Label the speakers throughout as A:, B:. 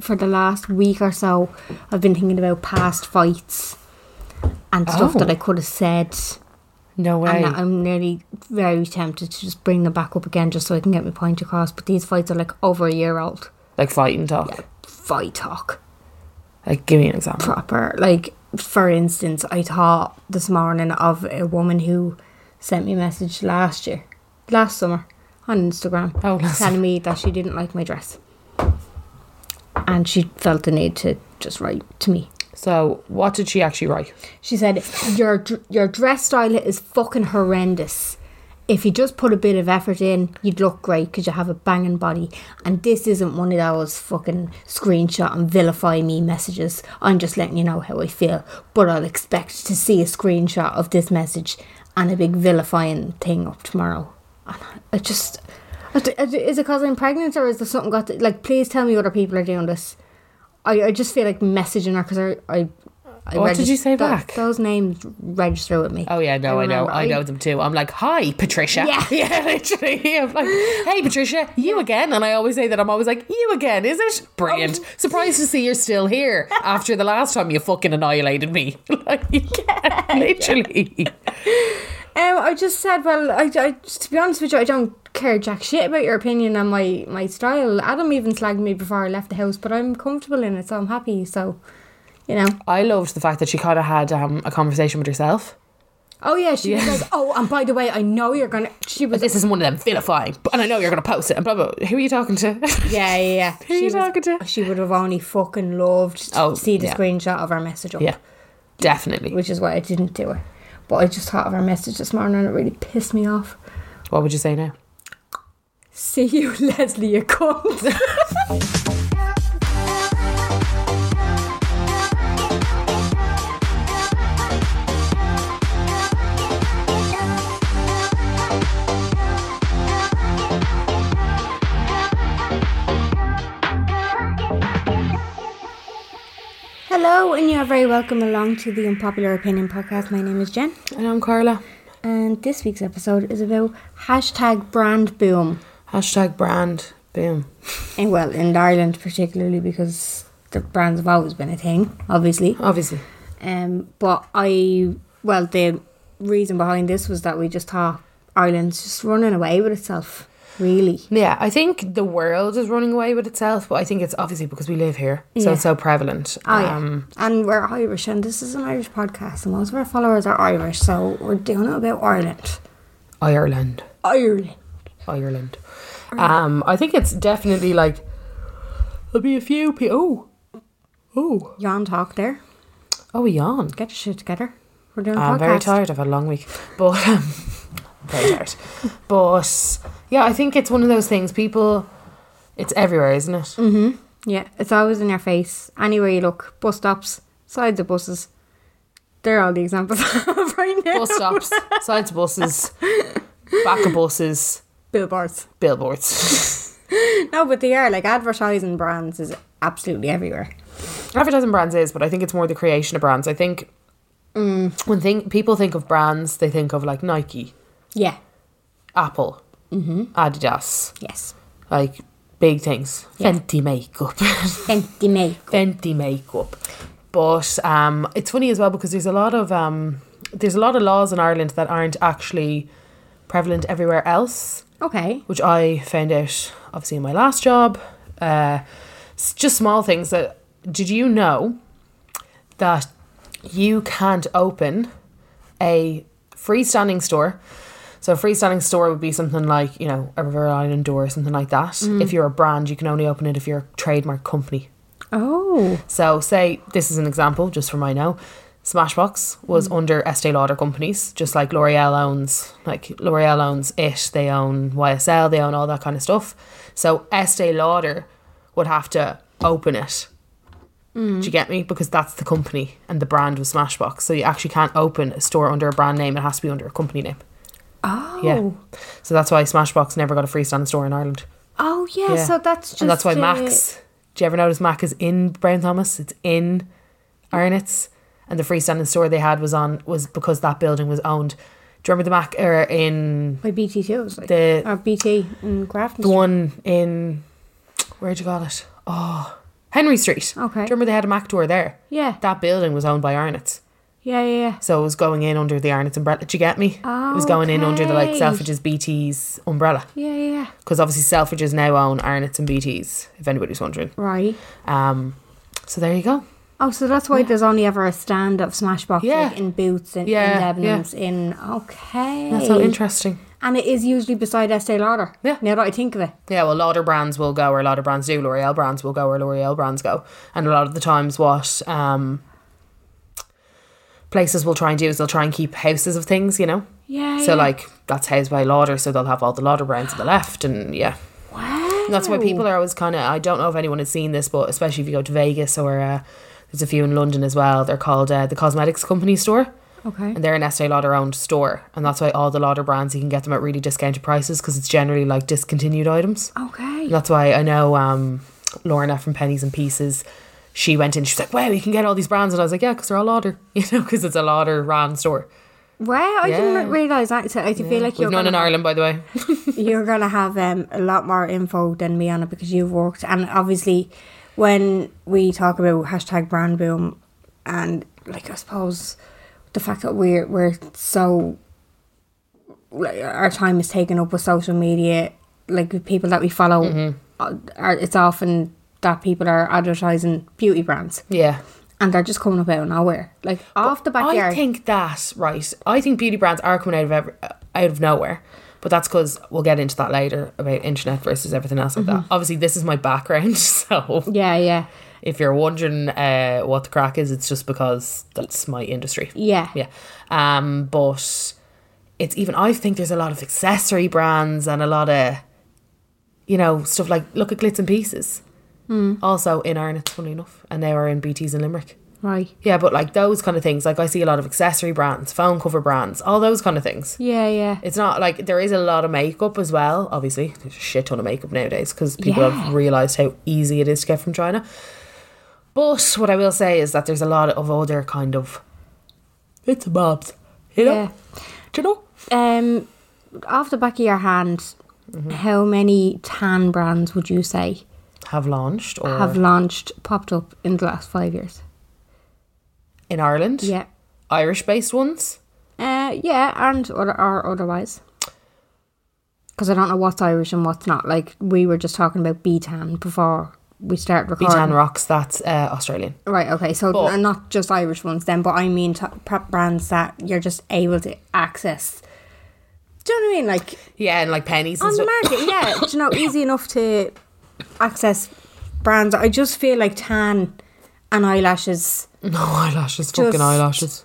A: for the last week or so, I've been thinking about past fights and stuff
B: Oh.
A: that I could have said.
B: No way.
A: And I'm nearly very tempted to just bring them back up again just so I can get my point across. But these fights are like over a year old.
B: like fighting talk.
A: Fight talk.
B: Like give me an example.
A: proper. Like, for instance, I thought this morning of a woman who sent me a message last year, last summer, on Instagram,
B: Oh, last
A: telling me that she didn't like my dress. And she felt the need to just write to me.
B: So what did she actually write?
A: She said, "Your dr- your dress style is fucking horrendous. If you just put a bit of effort in, you'd look great because you have a banging body. And this isn't one of those fucking screenshot and vilify me messages. I'm just letting you know how I feel. But I'll expect to see a screenshot of this message and a big vilifying thing up tomorrow. And I I just." I d- I d- Is it because I'm pregnant or is there something got to, like, please tell me other people are doing this. I, I just feel like messaging her because I, I, I
B: What did you
A: regis-
B: say
A: tho-
B: back?
A: Those names register with me.
B: Oh yeah, no, I, know,
A: remember.
B: I know them too. I'm like, hi, Patricia.
A: Yeah.
B: literally. I'm like, hey, Patricia, you again? And I always say that I'm always like, you again, is it? Brilliant.
A: Oh.
B: Surprised to see you're still here after the last time you fucking annihilated me. like, literally.
A: Um, I just said, well, I, I, to be honest with you, I don't care jack shit about your opinion on my, my style. Adam even slagged me before I left the house, but I'm comfortable in it, so I'm happy. So, you know.
B: I loved the fact that she kind of had um, a conversation with herself.
A: Oh yeah, she was like, oh, and by the way, I know you're gonna. She was.
B: This isn't one of them vilifying, but and I know you're going to post it and blah, blah, blah. Who are you talking to?
A: yeah, yeah, yeah.
B: Who are you
A: She was-
B: talking to?
A: She would have only fucking loved to
B: Oh,
A: see the
B: yeah.
A: screenshot of our message up.
B: yeah, definitely.
A: Which is why I didn't do it. But I just thought of our message this morning and it really pissed me off.
B: What would you say now?
A: See you, Leslie, you cunt. Hello, and you are very welcome along to the Unpopular Opinion Podcast. My name is Jen,
B: And I'm Carla.
A: and this week's episode is about hashtag brand boom.
B: Hashtag brand. Boom.
A: And well, in Ireland particularly because the brands have always been a thing, obviously.
B: Obviously.
A: Um, but I, well, the reason behind this was that we just thought Ireland's just running away with itself, really.
B: Yeah, I think the world is running away with itself, but I think it's obviously because we live here, so
A: Yeah.
B: it's so prevalent. Um,
A: Oh yeah, and we're Irish, and this is an Irish podcast, and most of our followers are Irish, so we're doing it about Ireland.
B: Ireland,
A: Ireland.
B: Ireland. Um, I think it's definitely like there'll be a few people. Oh, oh,
A: Yawn talk there.
B: oh, a yawn.
A: Get your shit together. We're doing a
B: I'm
A: podcast.
B: very tired. I've had a long week, but um, very tired. But yeah, I think it's one of those things. People, it's everywhere, isn't it?
A: Yeah, it's always in your face. Anywhere you look, bus stops, sides of buses. They're all the examples I have right now.
B: Bus stops, sides of buses, back of buses,
A: Billboards.
B: billboards.
A: No, but they are like advertising brands is absolutely everywhere.
B: advertising brands is, but I think it's more the creation of brands. I think mm, when think people think of brands, they think of like Nike,
A: Yeah.
B: Apple, Adidas,
A: Yes.
B: like big things. Fenty makeup,
A: Fenty make.
B: Fenty makeup. But um, it's funny as well because there's a lot of um, there's a lot of laws in Ireland that aren't actually prevalent everywhere else
A: Okay.
B: which I found out obviously in my last job. Uh, s- just small things that did you know that you can't open a freestanding store. So a freestanding store would be something like, you know, a River Island door or something like that. If you're a brand, you can only open it if you're a trademark company.
A: Oh.
B: So, say this is an example, just from I know, Smashbox was under Estee Lauder companies, just like L'Oreal owns, like L'Oreal owns it. They own YSL, they own all that kind of stuff. So Estee Lauder would have to open it. Do you get me? Because that's the company, and the brand was Smashbox. So you actually can't open a store under a brand name; it has to be under a company name.
A: Oh.
B: Yeah. So that's why Smashbox never got a freestanding store in Ireland.
A: Oh yeah,
B: Yeah.
A: so that's just
B: and that's why
A: uh,
B: Max. Do you ever notice Mac is in Brown Thomas? It's in Arnott's, and the freestanding store they had was on was because that building was owned. Do you remember the Mac or in
A: by BT shows like
B: The-
A: or BT in Grafton.
B: the
A: Street.
B: one in where'd you call it? Oh, Henry Street. Do
A: Okay.
B: you remember they had a Mac door there?
A: Yeah.
B: That building was owned by Arnott's.
A: Yeah, yeah, yeah.
B: So it was going in under the Arnott's umbrella. Did you get me? It was going in under the like
A: Okay.
B: Selfridges BT's umbrella.
A: Yeah, yeah, yeah.
B: Because obviously Selfridges now own Arnott's and BT's, if anybody's wondering.
A: Right.
B: Um, so there you go.
A: Oh, so that's why there's only ever a stand of Smashbox
B: Yeah.
A: like in Boots and
B: Yeah, yeah.
A: in Debenhams in okay.
B: That's so interesting.
A: And it is usually beside Estee Lauder.
B: Yeah.
A: Now that I think of it.
B: Yeah, well, a lot of brands will go where a lot of brands do. L'Oreal brands will go where L'Oreal brands go, and a lot of the times, what um, places will try and do is they'll try and keep houses of things, you know.
A: Yeah.
B: So
A: yeah.
B: like that's housed by Lauder, so they'll have all the Lauder brands to the left, and yeah,
A: wow.
B: And that's why people are always kind of. I don't know if anyone has seen this, but especially if you go to Vegas or uh, there's a few in London as well. They're called uh, the Cosmetics Company store.
A: Okay.
B: and they're an Estee Lauder owned store, and that's why all the Lauder brands you can get them at really discounted prices because it's generally like discontinued items.
A: Okay.
B: And that's why I know um, Lorna from Pennies and Pieces. She went in. She's like, "Wow, you can get all these brands," and I was like, "Yeah, because they're all Lauder, you know, because it's a Lauder brand store."
A: Wow, I
B: Yeah.
A: didn't realise that. So I feel like
B: We've
A: you're
B: none
A: gonna,
B: in Ireland, by the way.
A: you're gonna have um, a lot more info than me on it because you've worked and obviously when we talk about hashtag brand boom and like I suppose the fact that we're we're so like our time is taken up with social media, like with people that we follow,
B: Mm-hmm.
A: uh, are, it's often that people are advertising beauty brands
B: yeah,
A: and they're just coming up out of nowhere, like off the backyard.
B: I think that right. I think beauty brands are coming out of ever, out of nowhere, but that's because we'll get into that later about internet versus everything else like
A: Mm-hmm.
B: that. Obviously, this is my background, so
A: yeah, yeah,
B: if you're wondering uh, what the crack is, it's just because that's my industry.
A: yeah,
B: Yeah. Um, but it's even I think there's a lot of accessory brands and a lot of you know, stuff like look at glitz and pieces. Also in Ireland, funny enough. And they are in BTs in Limerick.
A: right,
B: Yeah, but like those kind of things. Like I see a lot of accessory brands, phone cover brands, all those kind of things.
A: yeah, yeah.
B: It's not like there is a lot of makeup as well. Obviously, there's a shit ton of makeup nowadays because people
A: Yeah.
B: have realized how easy it is to get from China. But what I will say is that there's a lot of other kind of bits and bobs, you know.
A: Yeah.
B: Do you know?
A: Um, off the back of your hand, how many tan brands would you say
B: Have launched or
A: have launched, popped up in the last five years?
B: in Ireland,
A: Yeah.
B: Irish-based ones.
A: Uh, yeah, and or, or otherwise. Because I don't know what's Irish and what's not. Like, we were just talking about B-Tan before we started recording.
B: Bitan Rocks, that's uh, Australian.
A: Right, okay, so
B: But-
A: n- not just Irish ones then, but I mean t- prep brands that you're just able to access. Do you know what I mean? Like,
B: Yeah, and like pennies and
A: on the
B: stuff.
A: market, yeah. Do you know, easy enough to access brands. I just feel like tan and eyelashes
B: No eyelashes, fucking
A: Just-
B: eyelashes.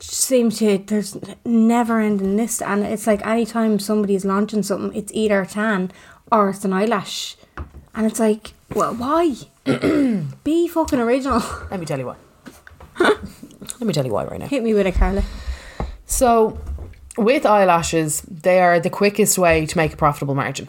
A: seem to there's never ending list, and it's like anytime somebody's launching something, it's either tan or it's an eyelash, and it's like, well, why? Be fucking original.
B: Let me tell you why. Let me tell you why right now.
A: Hit me with it, Carla.
B: So, with eyelashes, they are the quickest way to make a profitable margin.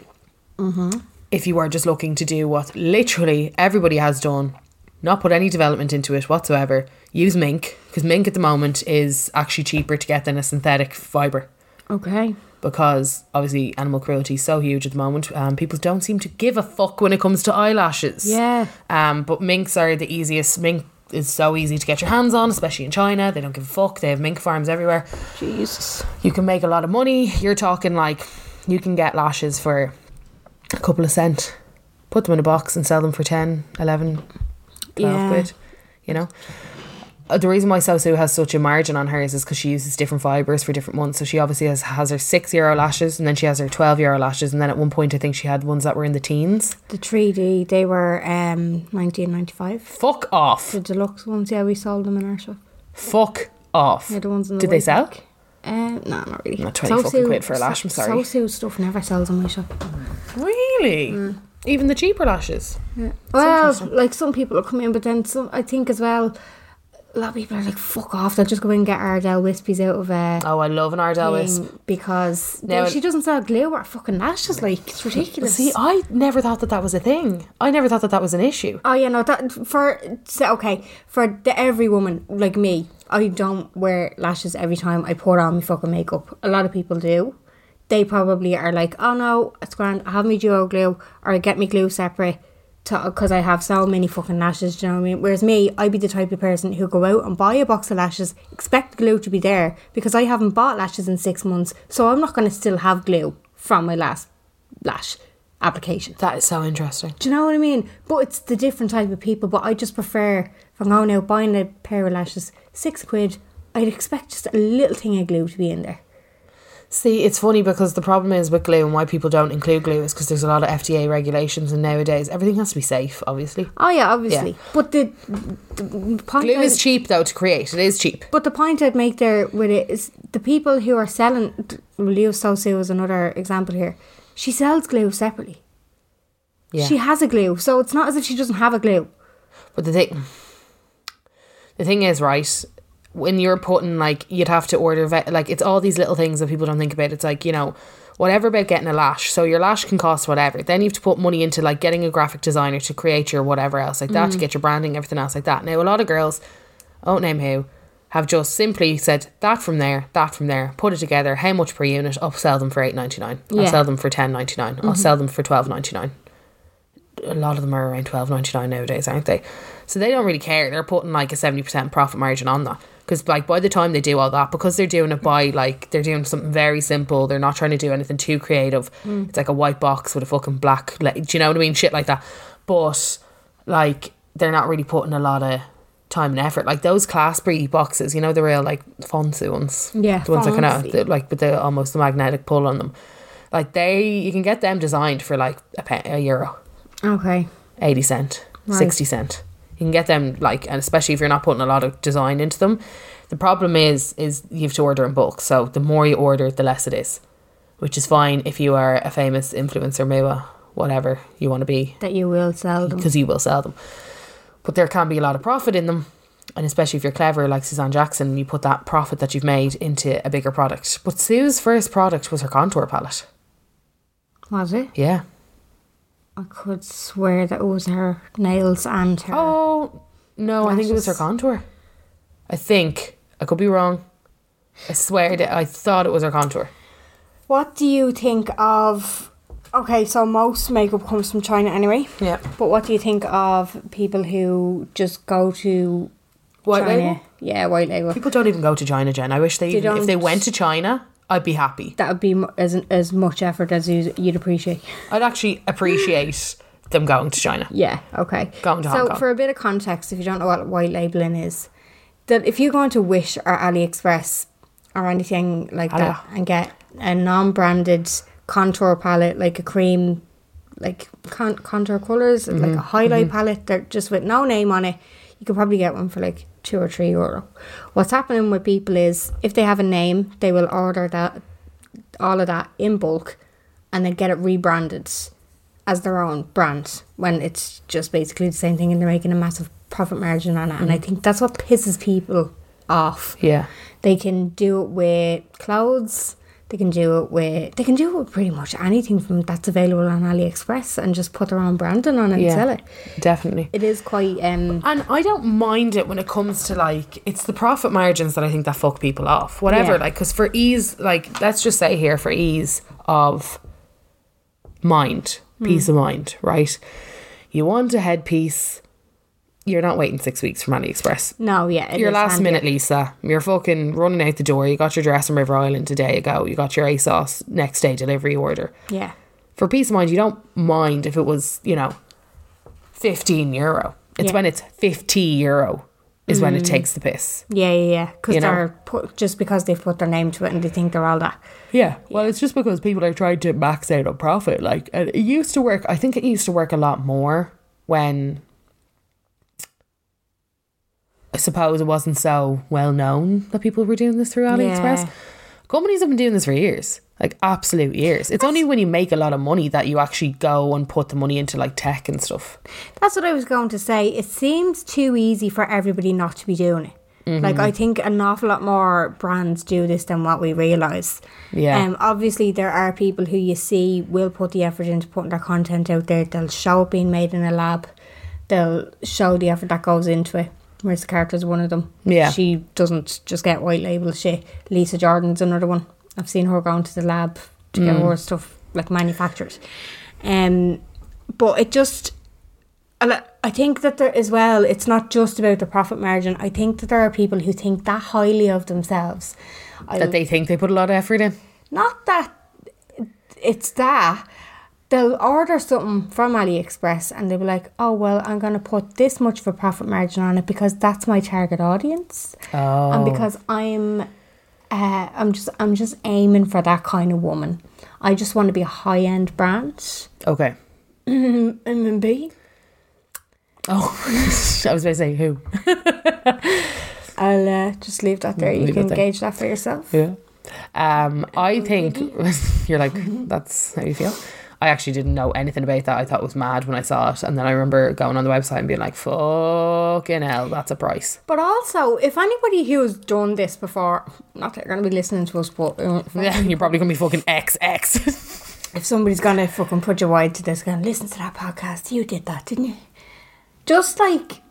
B: If you are just looking to do what literally everybody has done, not put any development into it whatsoever, use mink, because mink at the moment is actually cheaper to get than a synthetic fibre.
A: Okay.
B: Because obviously, animal cruelty is so huge at the moment. Um, people don't seem to give a fuck when it comes to eyelashes.
A: Yeah.
B: Um, but minks are the easiest. Mink is so easy to get your hands on, especially in China. They don't give a fuck. They have mink farms everywhere
A: Jesus.
B: you can make a lot of money. You're talking like you can get lashes for a couple of cent, put them in a box and sell them for 10, 11, 12
A: Yeah.
B: quid, you know. uh, the reason why Sosu has such a margin on hers is because she uses different fibers for different ones. So she obviously has, has her six euro lashes and then she has her 12 euro lashes. And then at one point, I think she had ones that were in the teens.
A: The 3D, they were um, 1995.
B: Fuck off.
A: The deluxe ones, yeah, we sold them in our shop.
B: Fuck off.
A: They're the ones in the
B: Did they sell?
A: Um, no, not really.
B: Not 20 fucking quid for a lash, I'm sorry.
A: Sosu stuff never sells in my shop.
B: Really?
A: Mm.
B: Even the cheaper lashes.
A: Well, like some people will come in, but then some. I think as well, a lot of people are like, "Fuck off!" They'll just go in and get Ardell wispies out of a
B: Oh, I love an Ardell wisp.
A: thing because
B: Now-
A: they- she doesn't sell glue or fucking lashes. Like it's ridiculous.
B: See, I never thought that that was a thing. I never thought that that was an issue.
A: oh yeah, no, that for so, okay for the every woman like me. I don't wear lashes every time I put on my fucking makeup. A lot of people do. They probably are like, "Oh no, it's grand. I have me duo glue or I get me glue separate." because I have so many fucking lashes, do you know what I mean? Whereas me, I'd be the type of person who go out and buy a box of lashes, expect glue to be there because I haven't bought lashes in six months, so I'm not going to still have glue from my last lash application.
B: That is so interesting.
A: Do you know what I mean? But it's the different type of people. But I just prefer if I'm going out buying a pair of lashes, six quid. I'd expect just a little thing of glue to be in there.
B: See, it's funny because the problem is with glue and why people don't include glue is because there's a lot of FDA regulations, and nowadays everything has to be safe, obviously.
A: Oh yeah, obviously.
B: Yeah.
A: But the, the point
B: Glue
A: I'd-
B: is cheap, though, to create. It is cheap.
A: But the point I'd make there with it is the people who are selling. Leo Sosu is another example here. She sells glue separately.
B: Yeah.
A: She has a glue, so it's not as if she doesn't have a glue.
B: But the thing, the thing is, right? When you're putting like, you'd have to order vet, like it's all these little things that people don't think about. It's like you know, whatever about getting a lash. So your lash can cost whatever. Then you have to put money into like getting a graphic designer to create your whatever else like that to get your branding, everything else like that. Now a lot of girls, I won't name who, have just simply said that from there, that from there, put it together. How much per unit? I'll sell them for eight ninety nine. I'll
A: Yeah.
B: sell them for ten ninety nine. I'll sell them for twelve ninety nine a lot of them are around twelve ninety nine nowadays, aren't they? So they don't really care. They're putting like a seventy percent profit margin on that because like by the time they do all that, because they're doing it by like they're doing something very simple. They're not trying to do anything too creative.
A: Mm.
B: It's like a white box with a fucking black. Like, do you know what I mean? Shit like that. But like they're not really putting a lot of time and effort. Like those Classberry boxes, you know, the real like fancy ones.
A: Yeah,
B: the ones that can
A: fancy.
B: have the- like with the almost the magnetic pull on them. Like they, you can get them designed for like a, pe- a euro.
A: Okay.
B: 80 cent, 60 cent. You can get them like and especially if you're not putting a lot of design into them. The problem is is you have to order in bulk. So the more you order, the less it is. Which is fine if you are a famous influencer, maybe whatever you want to be
A: That you will sell them.
B: because you will sell them. But there can be a lot of profit in them. And especially if you're clever like Suzanne Jackson, you put that profit that you've made into a bigger product. But Sue's first product was her contour palette.
A: Was it?
B: Yeah.
A: I could swear that it was her nails and her.
B: Oh no, I think it was her
A: Lashes.
B: contour. I think I could be wrong. I swear that I thought it was her contour.
A: What do you think of? Okay, so most makeup comes from China anyway.
B: Yeah.
A: But what do you think of people who just go to
B: White
A: China?
B: label?
A: Yeah, white label.
B: People don't even go to China, Jen. I wish they, even, if they
A: don't.
B: went to China, I'd be happy.
A: That would be mu- as as much effort as you, you'd appreciate.
B: I'd actually appreciate them going to China.
A: Yeah, okay.
B: Going to
A: so
B: Hong Kong.
A: for a bit of context, if you don't know what white labeling is, that if you go into Wish or AliExpress or anything like that and get a non-branded contour palette, like a cream, like con- contour colors, like
B: Mm-hmm.
A: a highlight palette, they're just with no name on it. You could probably get one for like two or three euro. What's happening with people is if they have a name, they will order that all of that in bulk and then get it rebranded as their own brand when it's just basically the same thing and they're making a massive profit margin on it. And I
B: Mm.
A: think that's what pisses people off.
B: Yeah.
A: They can do it with clothes. They can do it with they can do it with pretty much anything from that's available on AliExpress and just put their own branding on it and
B: Yeah.
A: sell it.
B: Definitely.
A: It is quite um
B: And I don't mind it when it comes to like it's the profit margins that I think that fuck people off. Whatever,
A: Yeah.
B: like because for ease, like let's just say here for ease of mind,
A: Hmm.
B: peace of mind, right? You want a headpiece. You're not waiting six weeks from AliExpress.
A: no, yeah. it
B: Your
A: is
B: last
A: handy.
B: minute, Lisa. You're fucking running out the door. You got your dress in River Island a day ago. You got your ASOS next day delivery order
A: Yeah.
B: for peace of mind, you don't mind if it was, you know, 15 euro. It's
A: Yeah.
B: when it's 50 euro is when it takes the piss.
A: Yeah, yeah, yeah. Because
B: You know?
A: they're put, just because they've put their name to it and they think they're all that.
B: Yeah, well, it's just because people are trying to max out on profit. Like uh, it used to work. I think it used to work a lot more when I suppose it wasn't so well known that people were doing this through AliExpress.
A: Yeah.
B: Companies have been doing this for years, like absolute years. It's only when you make a lot of money that you actually go and put the money into like tech and stuff.
A: That's what I was going to say. It seems too easy for everybody not to be doing it. Like
B: Mm-hmm.
A: I think an awful lot more brands do this than what we realize.
B: Yeah.
A: Um. Obviously, there are people who you see will put the effort into putting their content out there. They'll show it being made in a lab. They'll show the effort that goes into it. Marissa Carter's one of them.
B: Yeah.
A: She doesn't just get white label shit. Lisa Jordan's another one. I've seen her going to the lab to
B: Mm.
A: get her stuff like manufactured. Um. But it just and I- I think that there as well, it's not just about the profit margin. I think that there are people who think that highly of themselves. I,
B: That they think they put a lot of effort in.
A: not that it's that. They'll order something from AliExpress and they'll be like, oh, well, I'm going to put this much of a profit margin on it because that's my target audience.
B: Oh.
A: And because I'm. Uh, I'm just I'm just aiming for that kind of woman. I just want to be a high end brand.
B: Okay.
A: MMB.
B: Oh, I was about to say who.
A: I'll uh, just leave that there. You
B: Mm, Leave it
A: can
B: there.
A: gauge that for yourself.
B: Yeah. Um, I think you're like, that's how you feel. I actually didn't know anything about that. I thought it was mad when I saw it. And then I remember going on the website and being like, fucking hell, that's a price.
A: But also, if anybody who has done this before, not that you're going to be listening to us, but uh,
B: Yeah, you're probably going to be fucking XX.
A: if somebody's going to fucking put you wide to this, going, listen to that podcast, you did that, didn't you? Just like,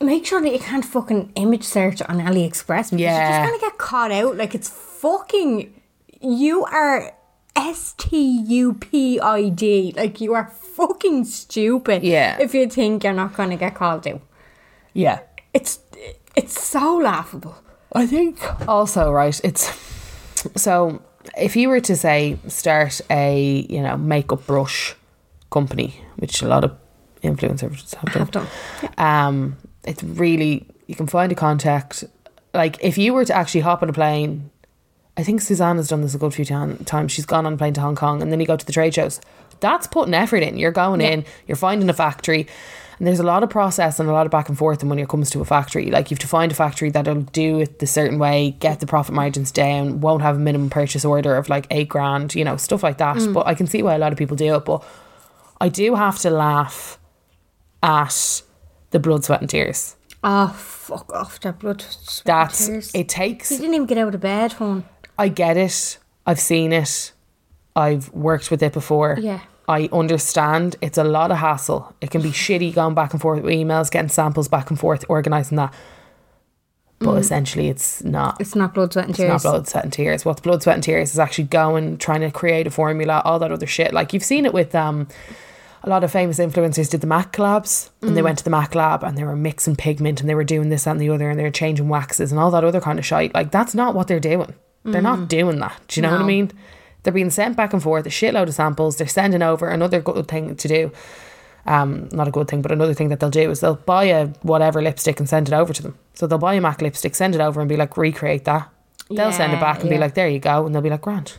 A: make sure that you can't fucking image search on AliExpress because
B: Yeah.
A: you're just going to get caught out. Like, it's fucking, you are S T U P I D. Like, you are fucking stupid
B: Yeah.
A: if you think you're not going to get called out.
B: yeah.
A: It's, it's so laughable.
B: I think also right. It's so if you were to say start a you know makeup brush company, which a lot of influencers have done,
A: Have done,
B: um, it's really you can find a contact. Like if you were to actually hop on a plane. I think Suzanne has done this a good few tan- times. She's gone on a plane to Hong Kong and then you go to the trade shows. That's putting effort in. You're going in, you're finding a factory, and there's a lot of process and a lot of back and forth. And when it comes to a factory, like you have to find a factory that'll do it the certain way, get the profit margins down, won't have a minimum purchase order of like eight grand, you know, stuff like that. But I can see why a lot of people do it. But I do have to laugh at the blood, sweat, and tears.
A: Ah, fuck off that blood. sweat and
B: That's
A: tears.
B: it takes
A: You didn't even get out of bed, hon.
B: I get it. I've seen it. I've worked with it before.
A: Yeah.
B: I understand it's a lot of hassle. It can be shitty going back and forth with emails, getting samples back and forth, organising that. But
A: Mm.
B: essentially, it's not.
A: It's not blood, sweat, and tears.
B: It's not blood, sweat, and tears. What's blood, sweat, and tears is actually going, trying to create a formula, all that other shit. Like you've seen it with um, a lot of famous influencers did the Mac collabs, and they went to the Mac lab and they were mixing pigment and they were doing this that, and the other, and they were changing waxes and all that other kind of shite. Like that's not what they're doing. They're not doing that. Do you know what I mean? They're being sent back and forth a shitload of samples. They're sending over another good thing to do. Um, not a good thing, but another thing that they'll do is they'll buy a whatever lipstick and send it over to them. So they'll buy a MAC lipstick, send it over, and be like, recreate that. They'll send it
A: Yeah,
B: back and be
A: yeah. Mm.
B: like, there you go, and they'll be like, grand.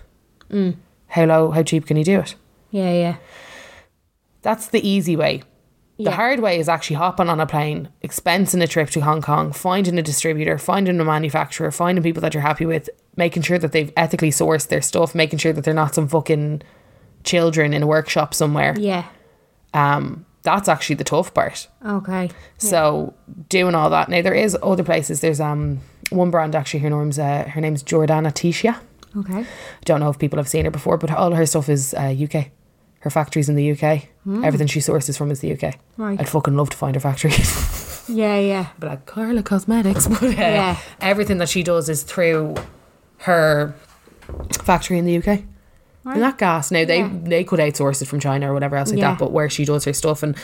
B: How low? How cheap can you do it?
A: Yeah, yeah.
B: That's the easy way. The
A: Yeah.
B: hard way is actually hopping on a plane, expensing a trip to Hong Kong, finding a distributor, finding a manufacturer, finding people that you're happy with, making sure that they've ethically sourced their stuff, making sure that they're not some fucking children in a workshop somewhere.
A: Yeah.
B: Um, that's actually the tough part.
A: Okay.
B: So doing all that now, there is other places. There's um one brand actually. Her name's uh, her name's Jordana Tisha.
A: Okay.
B: Don't know if people have seen her before, but all her stuff is uh, UK. Her factory's in the UK. Everything she sources from is the UK.
A: Right.
B: I'd fucking love to find her factory.
A: Yeah, yeah.
B: Be like Carla Cosmetics, but uh,
A: Yeah.
B: everything that she does is through her factory in the UK. Isn't that gas? Now they
A: Yeah.
B: they could outsource it from China or whatever else like
A: Yeah.
B: that, but where she does her stuff and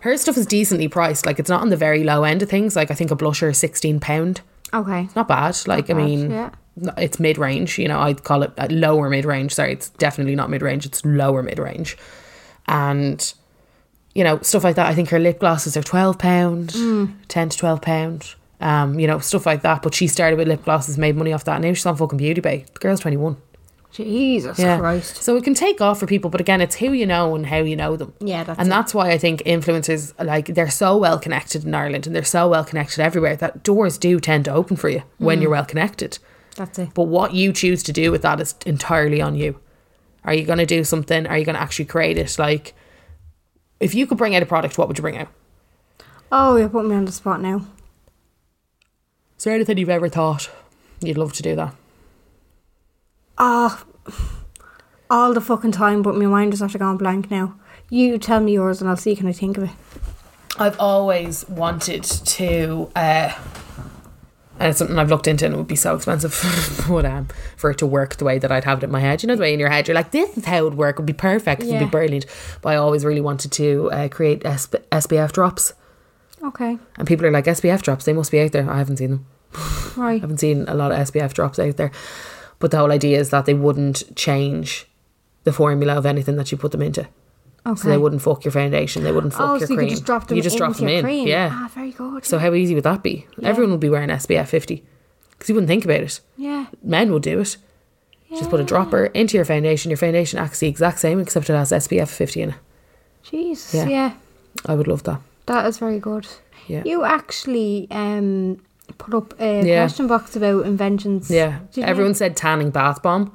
B: her stuff is decently priced. Like it's not on the very low end of things. Like I think a blusher is sixteen pound.
A: Okay.
B: Not bad. Like I
A: bad,
B: mean,
A: yeah.
B: n- it's mid range. You know, I'd call it uh, lower mid range. Sorry, it's definitely not mid range. It's lower mid range, and
A: Mm.
B: you know stuff like that. I think her lip glosses are twelve pound, ten to twelve pound. um, you know, stuff like that. But she started with lip glosses, made money off that. and Now she's on fucking Beauty Bay. The girl's 21.
A: Jesus Christ.
B: So it can take off for people, but again, it's who you know and how you know them.
A: Yeah, that's
B: and
A: it.
B: that's why I think influencers like they're so well connected in Ireland and they're so well connected everywhere that doors do tend to open for you
A: Mm.
B: when you're well connected.
A: That's it.
B: But what you choose to do with that is entirely on you. Are you going to do something? Are you going to actually create it? Like, if you could bring out a product, what would you bring out?
A: Oh, you're putting me on the spot now.
B: Is there anything you've ever thought you'd love to do that?
A: Ah, all the fucking time, but my mind is after gone blank now. You tell me yours and I'll see can I think of it.
B: I've always wanted to, uh, and it's something I've looked into, and it would be so expensive, but um, for it to work the way that I'd have it in my head. You know, the way in your head, you're like, this is how it would work. It would be perfect. It would
A: Yeah.
B: be brilliant. But I always really wanted to uh, create SP- SPF drops,
A: Okay,
B: and people are like, SPF drops. They must be out there. I haven't seen them.
A: right.
B: I haven't seen a lot of SPF drops out there. But the whole idea is that they wouldn't change the formula of anything that you put them into.
A: Okay.
B: So they wouldn't fuck your foundation. They wouldn't fuck
A: oh,
B: your
A: so you
B: cream.
A: could just drop them
B: you just drop
A: into
B: them
A: your
B: in.
A: cream.
B: Yeah.
A: Ah, very good.
B: So how easy would that be? Everyone would be wearing SPF 50 because you wouldn't think about it.
A: yeah.
B: Men would do it. Just put a dropper into your foundation. Your foundation acts the exact same except it has SPF 50 in it.
A: Jesus,
B: Yeah.
A: yeah.
B: I would love that.
A: That is very good.
B: Yeah.
A: You actually um, put up a
B: Yeah.
A: question box about inventions.
B: Yeah.
A: Did you?
B: Everyone said tanning bath bomb.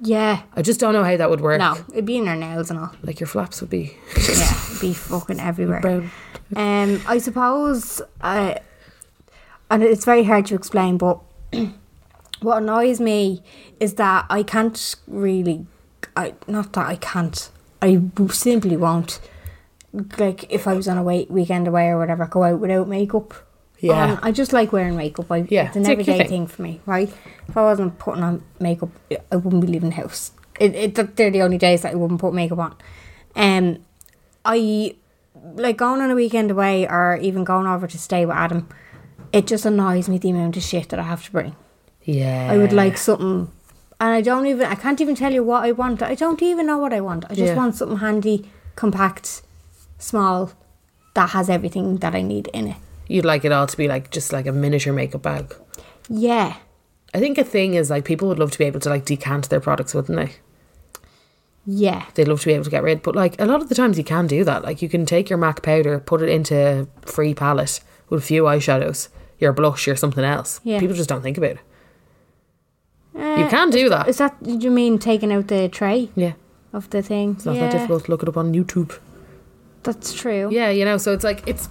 A: Yeah.
B: I just don't know how that would work.
A: No, it'd be in their nails and all.
B: Like your flaps would be
A: Yeah, it'd be fucking everywhere.
B: brown.
A: Um, I suppose, uh, and it's very hard to explain, but what annoys me is that I can't really, I not that I can't, I w- simply won't. Like if I was on a wait, weekend away or whatever, go out without makeup.
B: Yeah.
A: on. I just like wearing makeup. I,
B: Yeah,
A: it's an
B: it's like your
A: everyday thing
B: thing.
A: for me, right? If I wasn't putting on makeup, I wouldn't be leaving the house. It, it, that- they're the only days that I wouldn't put makeup on. Um, I like going on a weekend away or even going over to stay with Adam. It just annoys me the amount of shit that I have to bring.
B: Yeah.
A: I would like something, and I don't even. I can't even tell you what I want. I don't even know what I want. I just
B: Yeah.
A: want something handy, compact, small, that has everything that I need in it.
B: You'd like it all to be like just like a miniature makeup bag.
A: Yeah.
B: I think a thing is like people would love to be able to like decant their products, wouldn't they?
A: Yeah.
B: They'd love to be able to get rid. But like a lot of the times you can do that. Like you can take your MAC powder, put it into a free palette with a few eyeshadows, your blush, your something else.
A: Yeah.
B: People just don't think about it. you can do that.
A: Is that did you mean taking out the tray
B: yeah.
A: of the thing?
B: It's not that difficult. Look it up on YouTube.
A: That's true.
B: Yeah, you know, so it's like it's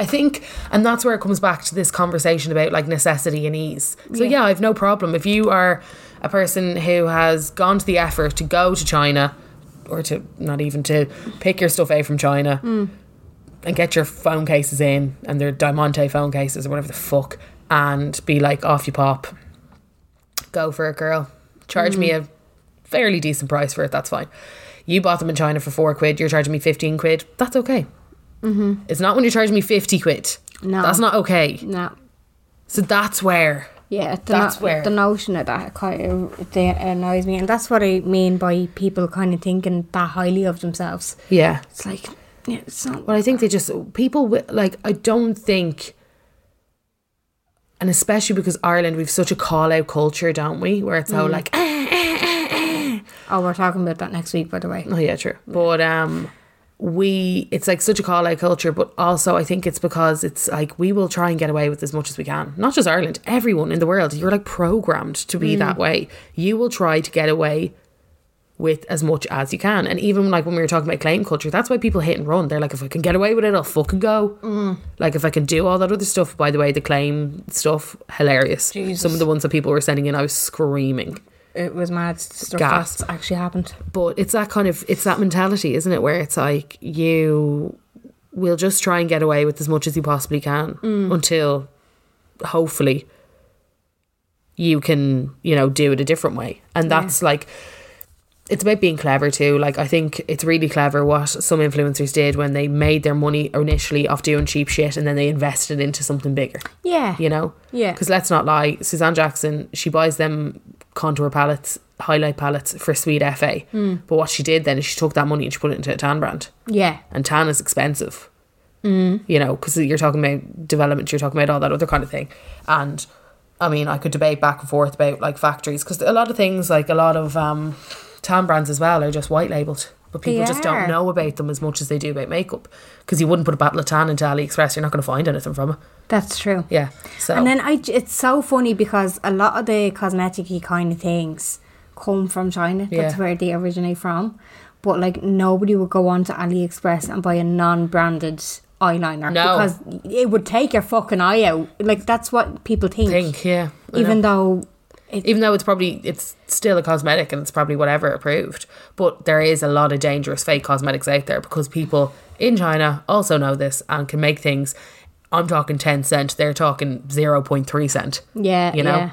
B: I think and that's where it comes back to this conversation about like necessity and ease. So yeah, I've no problem if you are a person who has gone to the effort to go to China or to not even to pick your stuff out from China and get your phone cases in and their Diamante phone cases or whatever the fuck and be like off you pop. Go for it, girl. Charge me a fairly decent price for it, that's fine. You bought them in China for four quid, you're charging me 15 quid, that's okay. It's not when you're charging me 50 quid.
A: No.
B: That's not okay.
A: No.
B: So that's where.
A: Yeah, the
B: That's where-
A: the notion of that kind of they annoys me, and that's what I mean by people kind of thinking that highly of themselves.
B: Yeah.
A: It's like, yeah, it's not.
B: But I think they just, people, wi- like, I don't think, and especially because Ireland, we've such a call out culture, don't we? Where it's so like, "Ah,
A: Oh, we're talking about that next week, by the way.
B: Oh yeah, true. But um we it's like such a call out culture, but also I think it's because it's like we will try and get away with as much as we can. Not just Ireland, everyone in the world. You're like programmed to be that way. You will try to get away with as much as you can. And even like when we were talking about claim culture, that's why people hit and run. They're like, if I can get away with it, I'll fucking go. Like if I can do all that other stuff, by the way, the claim stuff, hilarious. Some of the ones that people were sending in, I was screaming
A: It was mad stuff
B: Gas.
A: that's actually happened.
B: but it's that kind of it's that mentality isn't it where it's like you will just try and get away with as much as you possibly can until hopefully you can you know do it a different way and that's like it's about being clever too like i think it's really clever what some influencers did when they made their money initially off doing cheap shit and then they invested into something bigger
A: Yeah.
B: you know?
A: Yeah.
B: Because let's not lie, Suzanne Jackson, she buys them contour palettes, highlight palettes for Sweet FA.
A: Mm.
B: But what she did then is she took that money and she put it into a tan brand.
A: Yeah.
B: And tan is expensive.
A: Mm.
B: You know, because you're talking about development, you're talking about all that other kind of thing. And I mean, I could debate back and forth about like factories because a lot of things, like a lot of um, tan brands as well, are just white labeled. But people
A: They
B: just
A: are.
B: don't know about them as much as they do about makeup because you wouldn't put a bottle of tan into AliExpress, you're not going to find anything from it.
A: That's true.
B: Yeah. So
A: And then I, j- it's so funny because a lot of the cosmetic kind of things come from China. That's
B: Yeah.
A: where they originate from. But like nobody would go on to AliExpress and buy a non-branded eyeliner
B: No.
A: because it would take your fucking eye out. Like that's what people think.
B: think, yeah. I know.
A: Even though
B: even though it's probably it's still a cosmetic and it's probably whatever approved but there is a lot of dangerous fake cosmetics out there because people in china also know this and can make things i'm talking 10 cent they're talking 0.3 cent
A: Yeah,
B: you know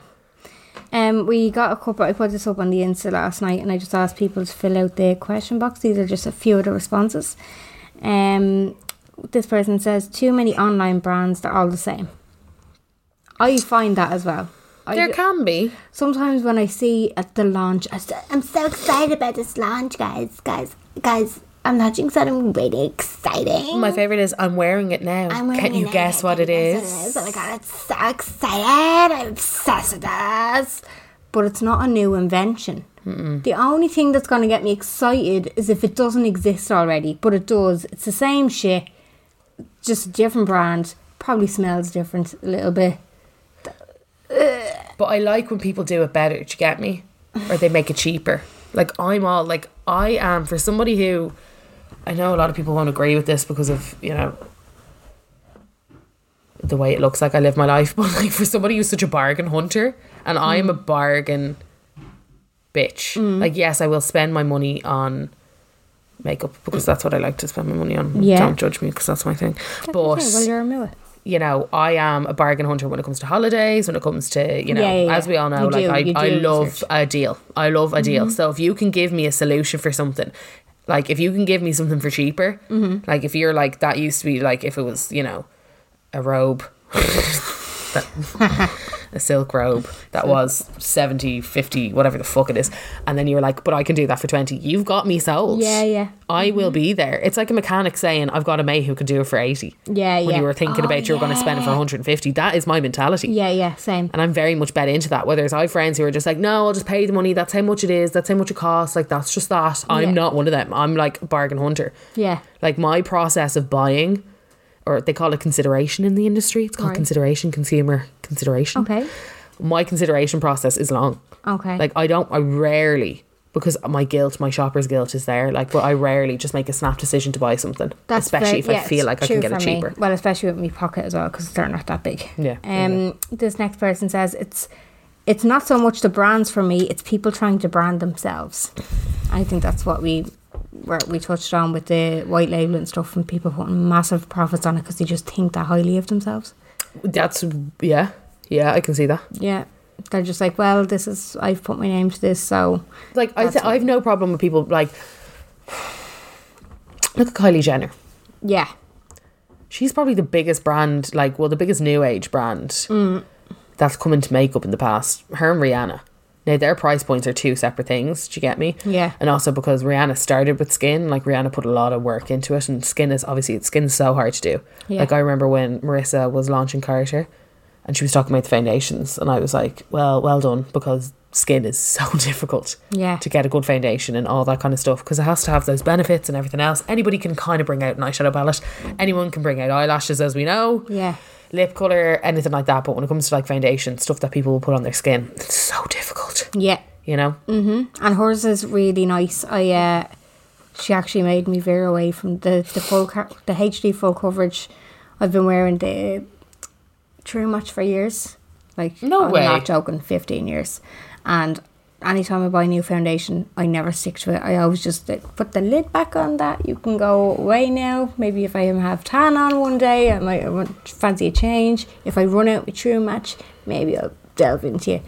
A: Yeah. Um, we got a couple. I put this up on the Insta last night, and I just asked people to fill out the question box. These are just a few of the responses. Um, this person says too many online brands. They're all the same. I find that as well.
B: there
A: I,
B: can be
A: sometimes when I see at the launch, I say,
C: I'm so excited about this launch, guys. Guys, guys, I'm launching something really exciting.
B: my favorite is i'm wearing it now
C: I'm wearing
B: can you
C: it.
B: guess what it
C: Can you
B: is,
C: guess what it is? Oh my god, it's so excited. I'm obsessed with this.
A: but it's not a new invention. The only thing that's going to get me excited is if it doesn't exist already, but it does. It's the same shit, just a different brand. Probably smells different a little bit.
B: but i like when people do it better do you get me or they make it cheaper like i'm all like i am for somebody who i know a lot of people won't agree with this because of you know the way it looks like I live my life, but like for somebody who's such a bargain hunter, and I am a
A: Mm.
B: bargain bitch. Like, yes, I will spend my money on makeup because that's what I like to spend my money on.
A: Yeah.
B: Don't judge me because that's my thing. But
A: Okay, well, you're a miller.
B: you know, I am a bargain hunter when it comes to holidays, when it comes to, you know,
A: Yeah, yeah, yeah.
B: as we all know,
A: You
B: like
A: do, Mm-hmm.
B: I,
A: you
B: I
A: do
B: love
A: research.
B: a deal. I love a deal. So if you can give me a solution for something, like if you can give me something for cheaper,
A: Mm-hmm.
B: like if you're like, that used to be like if it was, you know, a robe, that- a silk robe that was 70, 50, whatever the fuck it is. And then you were like, but I can do that for 20. You've got me sold.
A: Yeah, yeah.
B: I
A: Mm-hmm.
B: will be there. It's like a mechanic saying, I've got a mate who can do it for 80
A: Yeah,
B: when
A: yeah. Oh,
B: you were thinking about you were going to spend it for 150 that is my mentality
A: Yeah, yeah, same.
B: and i'm very much bet into that whether it's i have friends who are just like no i'll just pay the money that's how much it is that's how much it costs like that's just that i'm
A: Yeah.
B: not one of them i'm like a bargain hunter
A: Yeah.
B: like my process of buying or they call it consideration in the industry it's called
A: Right.
B: consideration consumer consideration
A: Okay.
B: my consideration process is long
A: Okay.
B: like i don't i rarely because my guilt, my shopper's guilt is there. Like, but I rarely just make a snap decision to buy something,
A: very-
B: especially if
A: yeah,
B: I
A: it's
B: feel like I
A: true
B: can get it
A: for me.
B: cheaper.
A: Well, especially with me pocket as well because they're not that big.
B: Yeah, yeah,
A: Um. This next person says it's it's not so much the brands for me; it's people trying to brand themselves. I think that's what we were we touched on with the white label and stuff, and people putting massive profits on it because they just think that highly of themselves.
B: That's yeah, yeah. I can see that.
A: Yeah. They're just like, well, this is I've put my name to this, so
B: Like I, th- I've no problem with people like. Look at Kylie Jenner.
A: yeah,
B: She's probably the biggest brand, like well, the biggest new age brand that's come into makeup in the past. Her and Rihanna. Now their price points are two separate things. Do you get me?
A: Yeah.
B: And also because Rihanna started with skin, like Rihanna put a lot of work into it, and skin is obviously skin's so hard to do.
A: Yeah.
B: Like I remember when Marissa was launching Carter, and she was talking about the foundations, and I was like, well, well done because skin is so difficult.
A: Yeah.
B: To get a good foundation and all that kind of stuff because it has to have those benefits and everything else. Anybody can kind of bring out an eyeshadow palette. Anyone can bring out eyelashes, as we know.
A: Yeah.
B: Lip color, anything like that. But when it comes to like foundation stuff that people will put on their skin, it's so difficult.
A: yeah.
B: You know.
A: Mm. Mm-hmm. And hers is really nice. I uh, she actually made me veer away from the the full co- the HD full coverage. I've been wearing the True Match for years. Like
B: No
A: I'm
B: way.
A: not joking, fifteen years. And anytime I buy a new foundation, I never stick to it. I always just like, put the lid back on that. You can go away now. Maybe if I have tan on one day, I might I want- fancy a change. If I run out with True Match, maybe I'll delve into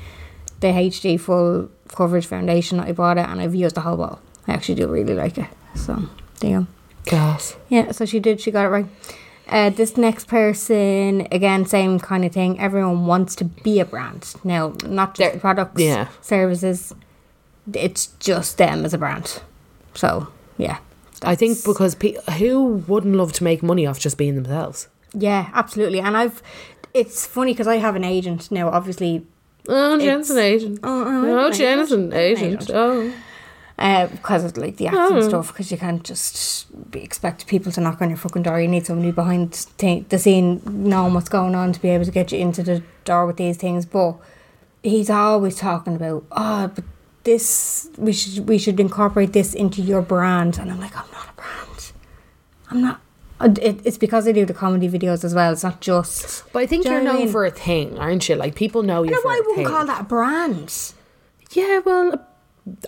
A: the HD full coverage foundation. I bought it and I've used the whole bottle. I actually do really like it. So there you go.
B: Gas.
A: Yeah, so she did. She got it right. Uh, this next person, again, same kind of thing. Everyone wants to be a brand. Now, not just the products,
B: yeah.
A: services. It's just them as a brand. So, yeah.
B: I think because pe- who wouldn't love to make money off just being themselves?
A: Yeah, absolutely. And I've, it's funny because I have an agent now, obviously,
B: Oh, Jen's an agent.
A: Oh, oh, I'm an agent.
B: Jen's an
A: I'm an
B: agent.
A: agent.
B: Oh.
A: uh, because of like the acting stuff, because you can't just be, expect people to knock on your fucking door. You need somebody behind t- the scene knowing what's going on to be able to get you into the door with these things. But he's always talking about, oh, but this we should we should incorporate this into your brand, and I'm like, I'm not a brand. I'm not. and It, it's because I do the comedy videos as well. It's not just.
B: But I think
A: Do you
B: you're
A: know what I
B: known
A: mean?
B: for a thing, aren't you? Like people know you
A: No,
B: for
A: I
B: a
A: wouldn't
B: thing.
A: call that a brand.
B: Yeah, well,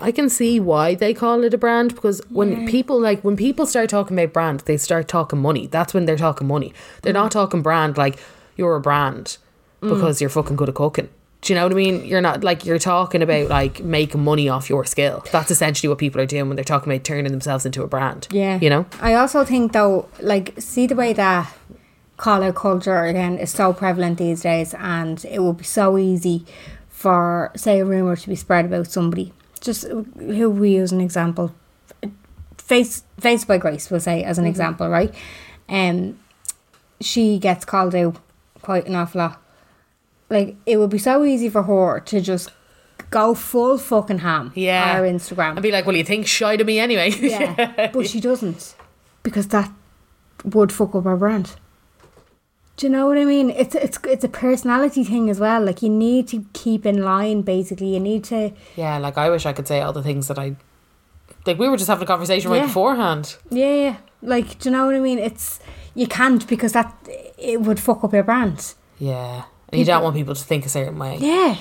B: I can see why they call it a brand because when people like when people start talking about brand, they start talking money. That's when they're talking money. They're
A: Mm.
B: not talking brand like you're a brand because you're fucking good at cooking. Do you know what I mean? You're not like you're talking about like making money off your skill. That's essentially what people are doing when they're talking about turning themselves into a brand.
A: Yeah.
B: you know.
A: I also think though, like, see the way that call out culture again is so prevalent these days and it will be so easy for say a rumor to be spread about somebody. Just who we use an example. Face Face by Grace, we'll say as
B: Mm-hmm.
A: an example, right? Um she gets called out quite an awful lot. Like it would be so easy for her to just go full fucking ham
B: Yeah,
A: on her Instagram
B: and be like, "Well, you think shy to me anyway?"
A: yeah, but she doesn't because that would fuck up her brand. Do you know what I mean? It's it's it's a personality thing as well. Like you need to keep in line. Basically, you need to
B: yeah. Like I wish I could say all the things that I like. We were just having a conversation right
A: Yeah.
B: beforehand.
A: yeah, yeah. Like do you know what I mean? It's you can't because that it would fuck up your brand.
B: Yeah. And you don't want people to think a certain way.
A: Yeah.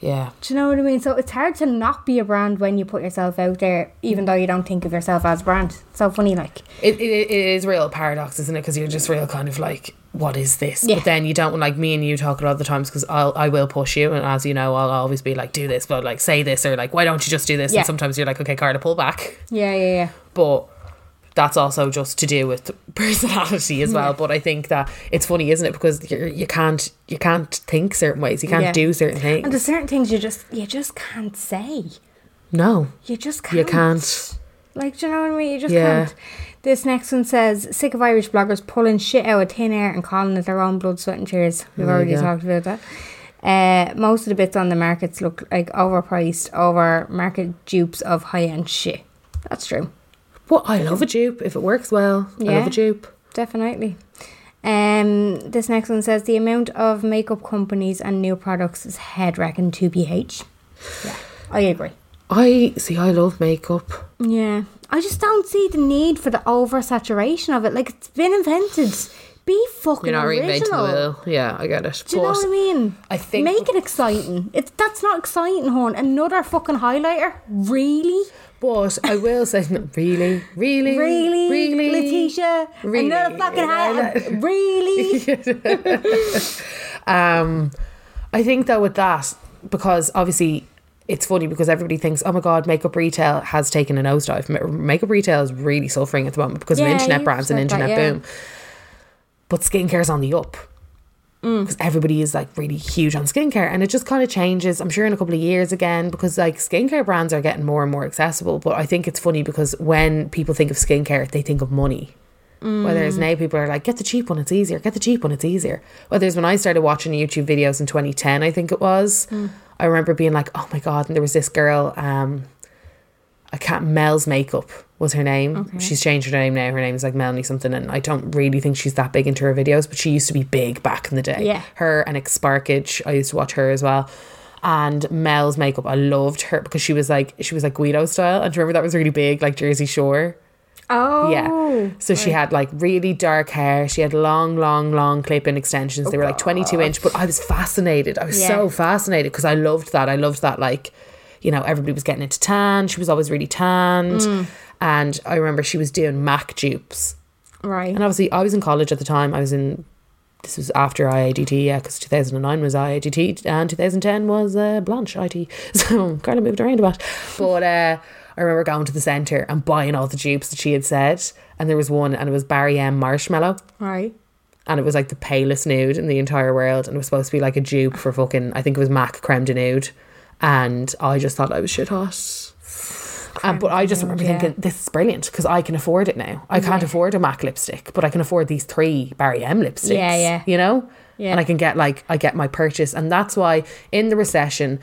B: Yeah.
A: Do you know what I mean? So it's hard to not be a brand when you put yourself out there, even though you don't think of yourself as a brand. It's so funny, like.
B: It, it, it is real paradox, isn't it? Because you're just real kind of like, what is this?
A: Yeah.
B: But then you don't like me and you talk a lot of the times because I'll I will push you and as you know I'll always be like do this but like say this or like why don't you just do this
A: Yeah.
B: and sometimes you're like okay Carla pull back
A: Yeah, yeah, yeah.
B: but that's also just to do with personality as well. But I think that it's funny, isn't it? Because you're, you can't you can't think certain ways, you can't
A: Yeah.
B: do certain things.
A: And there's certain things you just you just can't say.
B: no,
A: You just can't.
B: you can't.
A: Like, do you know what I mean? You just
B: Yeah.
A: can't. This next one says, sick of Irish bloggers pulling shit out of thin air and calling it their own blood, sweat and tears. We've already
B: go.
A: talked about that. Uh, most of the bits on the markets look like overpriced, over market dupes of high end shit. That's true.
B: What I love a dupe if it works well. I love
A: Yeah.
B: a dupe.
A: Definitely. Um, this next one says the amount of makeup companies and new products is head wrecking 2BH. Yeah, I agree.
B: I see. I love makeup.
A: Yeah. I just don't see the need for the oversaturation of it. Like it's been invented. Be fucking
B: You're not reinventing the
A: original.
B: wheel. Yeah, I get it.
A: Do you know what I mean?
B: I think-
A: make it exciting. It's that's not exciting, hon. Another fucking highlighter, really,
B: But I will say, no, really, really,
A: really,
B: really,
A: Letitia,
B: really.
A: another fucking highlight, really.
B: Um, I think though with that, because obviously it's funny because everybody thinks, oh my god, makeup retail has taken a nosedive. Ma- Makeup retail is really suffering at the moment because
A: Yeah,
B: of internet
A: you've
B: brands and
A: said that,
B: internet
A: yeah.
B: boom. But skincare's on the up. Because everybody is like really huge on skincare and it just kind of changes, I'm sure, in a couple of years again because like skincare brands are getting more and more accessible. But I think it's funny because when people think of skincare, they think of money. Whereas now people are like, get the cheap one, it's easier. Get the cheap one, it's easier. Whereas when I started watching YouTube videos in 2010, I think it was, I remember being like, oh my God. And there was this girl, um, I can't, Mel's Makeup was her name. She's changed her name now. Her name's like Melanie something. And I don't really think she's that big into her videos, but she used to be big back in the day.
A: Yeah.
B: Her and X Sparkage, I used to watch her as well. And Mel's makeup, I loved her because she was like she was like Guido style. And do you remember that was really big, like Jersey Shore.
A: Oh,
B: Yeah. So she had like really dark hair. She had long, long, long clip in extensions. they were like 22 inch, but I was fascinated. I was
A: Oh, Yeah.
B: so fascinated because I loved that. I loved that, like, you know, everybody was getting into tan. She was always really tanned.
A: Mm.
B: And I remember she was doing MAC dupes.
A: right.
B: And obviously, I was in college at the time. I was in, this was after IADT, yeah, because 2009 was IADT and 2010 was uh, Blanche IT. So kind of moved around a bit. But uh, I remember going to the centre and buying all the dupes that she had said. And there was one, and it was Barry M. Marshmallow.
A: Right.
B: And it was like the palest nude in the entire world. And it was supposed to be like a dupe for fucking, I think it was MAC Creme de Nude. And I just thought I was shit hot. Um, but I just remember thinking, this is brilliant because I can afford it now. I can't afford a MAC lipstick, but I can afford these three Barry M lipsticks.
A: Yeah, yeah.
B: You know?
A: Yeah.
B: And I can get like, I get my purchase. And that's why in the recession,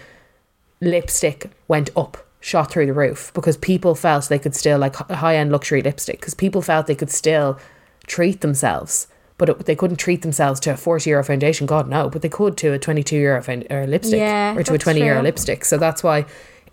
B: lipstick went up, shot through the roof because people felt they could still, like high end luxury lipstick, because people felt they could still treat themselves. But it, they couldn't treat themselves to a 40 euro foundation, God no, but they could to a 22 euro found, or lipstick
A: Yeah,
B: or to a
A: that's
B: 20 euro
A: true.
B: lipstick. So that's why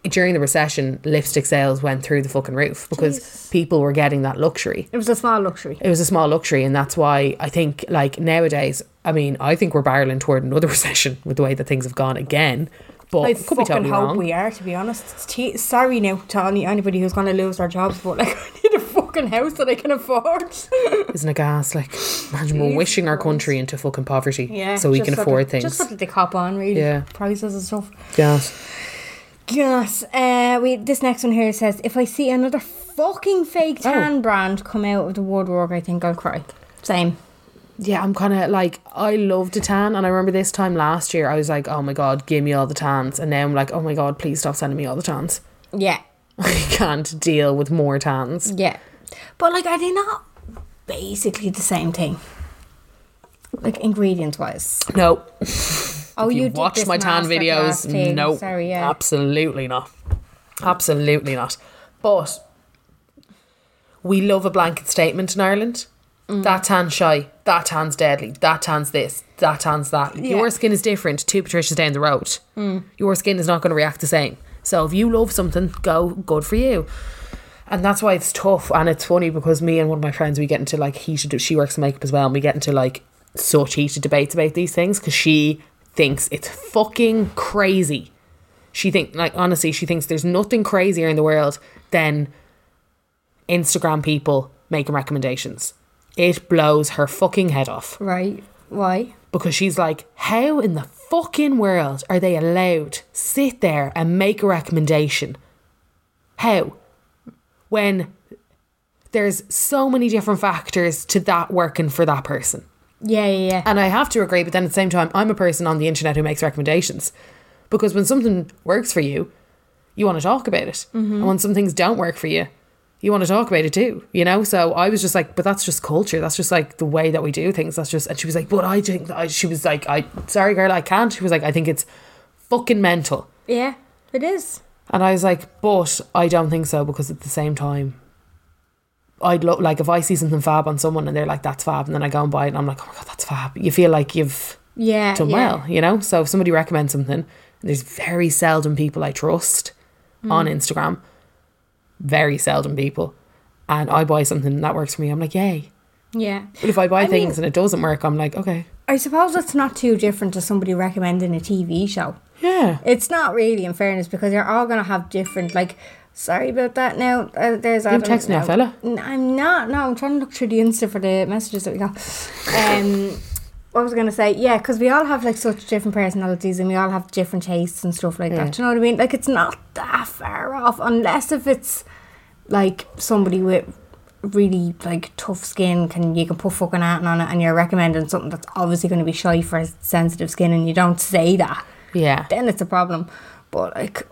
B: during the recession, lipstick sales went through the fucking roof because people were getting that luxury.
A: It was a small luxury.
B: It was a small luxury, and that's why I think, like nowadays, I mean, I think we're barreling toward another recession with the way that things have gone again. But
A: I
B: could be
A: fucking
B: totally
A: hope
B: wrong.
A: we are, to be honest. It's te- sorry now to any- anybody who's going to lose their jobs, but like, I need a fucking house that I can afford.
B: Isn't it gas? Like, imagine we're wishing our country into fucking poverty
A: yeah,
B: so we can
A: just look
B: afford
A: at-
B: things.
A: Just look at the cop on, really.
B: Yeah.
A: Prices and stuff.
B: Gas.
A: Yes. Uh, we this next one here says, if I see another fucking fake
B: Oh.
A: tan brand come out of the woodwork, I think I'll cry. Same.
B: Yeah, I'm kind of like, I love to tan. And I remember this time last year, I was like, oh my God, give me all the tans. And now I'm like, oh my God, please stop sending me all the tans.
A: Yeah.
B: I can't deal with more tans.
A: Yeah. But like, are they not basically the same thing? Like ingredients wise.
B: No.
A: Oh,
B: you,
A: did
B: watch
A: this
B: my tan
A: masterclass
B: videos.
A: thing.
B: No.
A: Sorry, yeah.
B: Absolutely not. Absolutely not. But we love a blanket statement in Ireland.
A: Mm.
B: That tan's shy. That tan's deadly. That tan's this. That tan's that. Your skin is different to Patricia's down the road.
A: Mm.
B: Your skin is not going to react the same. So if you love something, go good for you. And that's why it's tough. And it's funny because me and one of my friends, we get into like heated, she works in makeup as well, and we get into like such heated debates about these things because she thinks it's fucking crazy. She think like honestly, she thinks there's nothing crazier in the world than Instagram people making recommendations. It blows her fucking head off
A: Right. Why?
B: because she's like, how in the fucking world are they allowed sit there and make a recommendation? How? When there's so many different factors to that working for that person.
A: Yeah, yeah, yeah.
B: And I have to agree, but then at the same time, I'm a person on the internet who makes recommendations. Because when something works for you, you want to talk about it. And when some things don't work for you, you want to talk about it too, you know? So I was just like, but that's just culture. That's just like the way that we do things. That's just, and she was like, but I think, that I, she was like, I, sorry girl, I can't. She was like, I think it's fucking mental.
A: Yeah, it is.
B: And I was like, but I don't think so because at the same time, I'd look like if I see something fab on someone and they're like, that's fab. And then I go and buy it and I'm like, oh my God, that's fab. You feel like you've
A: Yeah.
B: done
A: Uh, yeah.
B: well, you know? So if somebody recommends something, there's very seldom people I trust
A: Mm.
B: on Instagram. Very seldom people. And I buy something and that works for me. I'm like, yay.
A: Yeah.
B: But if I buy
A: I mean-
B: things and it doesn't work, I'm like, okay.
A: I suppose it's not too different to somebody recommending a TV show.
B: Yeah.
A: It's not really, in fairness, because you're all going to have different, like, sorry about that now. Uh, there's Adam.
B: texting
A: no.
B: that fella?
A: N- I'm not. No, I'm trying to look through the Insta for the messages that we got. Um, what was I going to say? Yeah, because we all have, like, such different personalities and we all have different tastes and stuff like that. Do you know what I mean? Like, it's not that far off, unless if it's, like, somebody with really like tough skin can you can put fucking acne on it and you're recommending something that's obviously going to be shy for sensitive skin and you don't say that
B: Yeah.
A: then it's a problem but like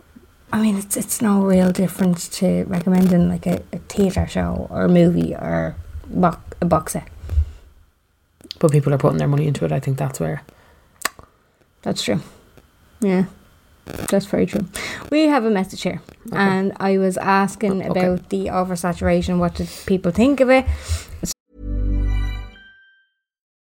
A: I mean it's it's no real difference to recommending like a, a theatre show or a movie or bo- a box set
B: But people are putting their money into it. I think that's where.
A: that's true yeah that's very true we have a message here and I was asking about the oversaturation what did people think of it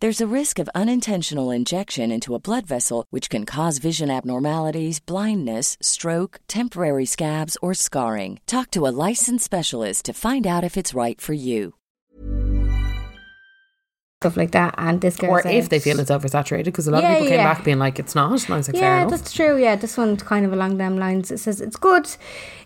D: There's a risk of unintentional injection into a blood vessel, which can cause vision abnormalities, blindness, stroke, temporary scabs, or scarring. Talk to a licensed specialist to find out if it's right for you.
A: stuff like that. And this girl,
B: Or
A: said-
B: if they feel it's oversaturated, because a lot
A: Yeah,
B: of people came
A: yeah.
B: back being like, it's not. And I was like, fair
A: Yeah,
B: enough.
A: that's true. Yeah, this one's kind of along them lines. It says it's good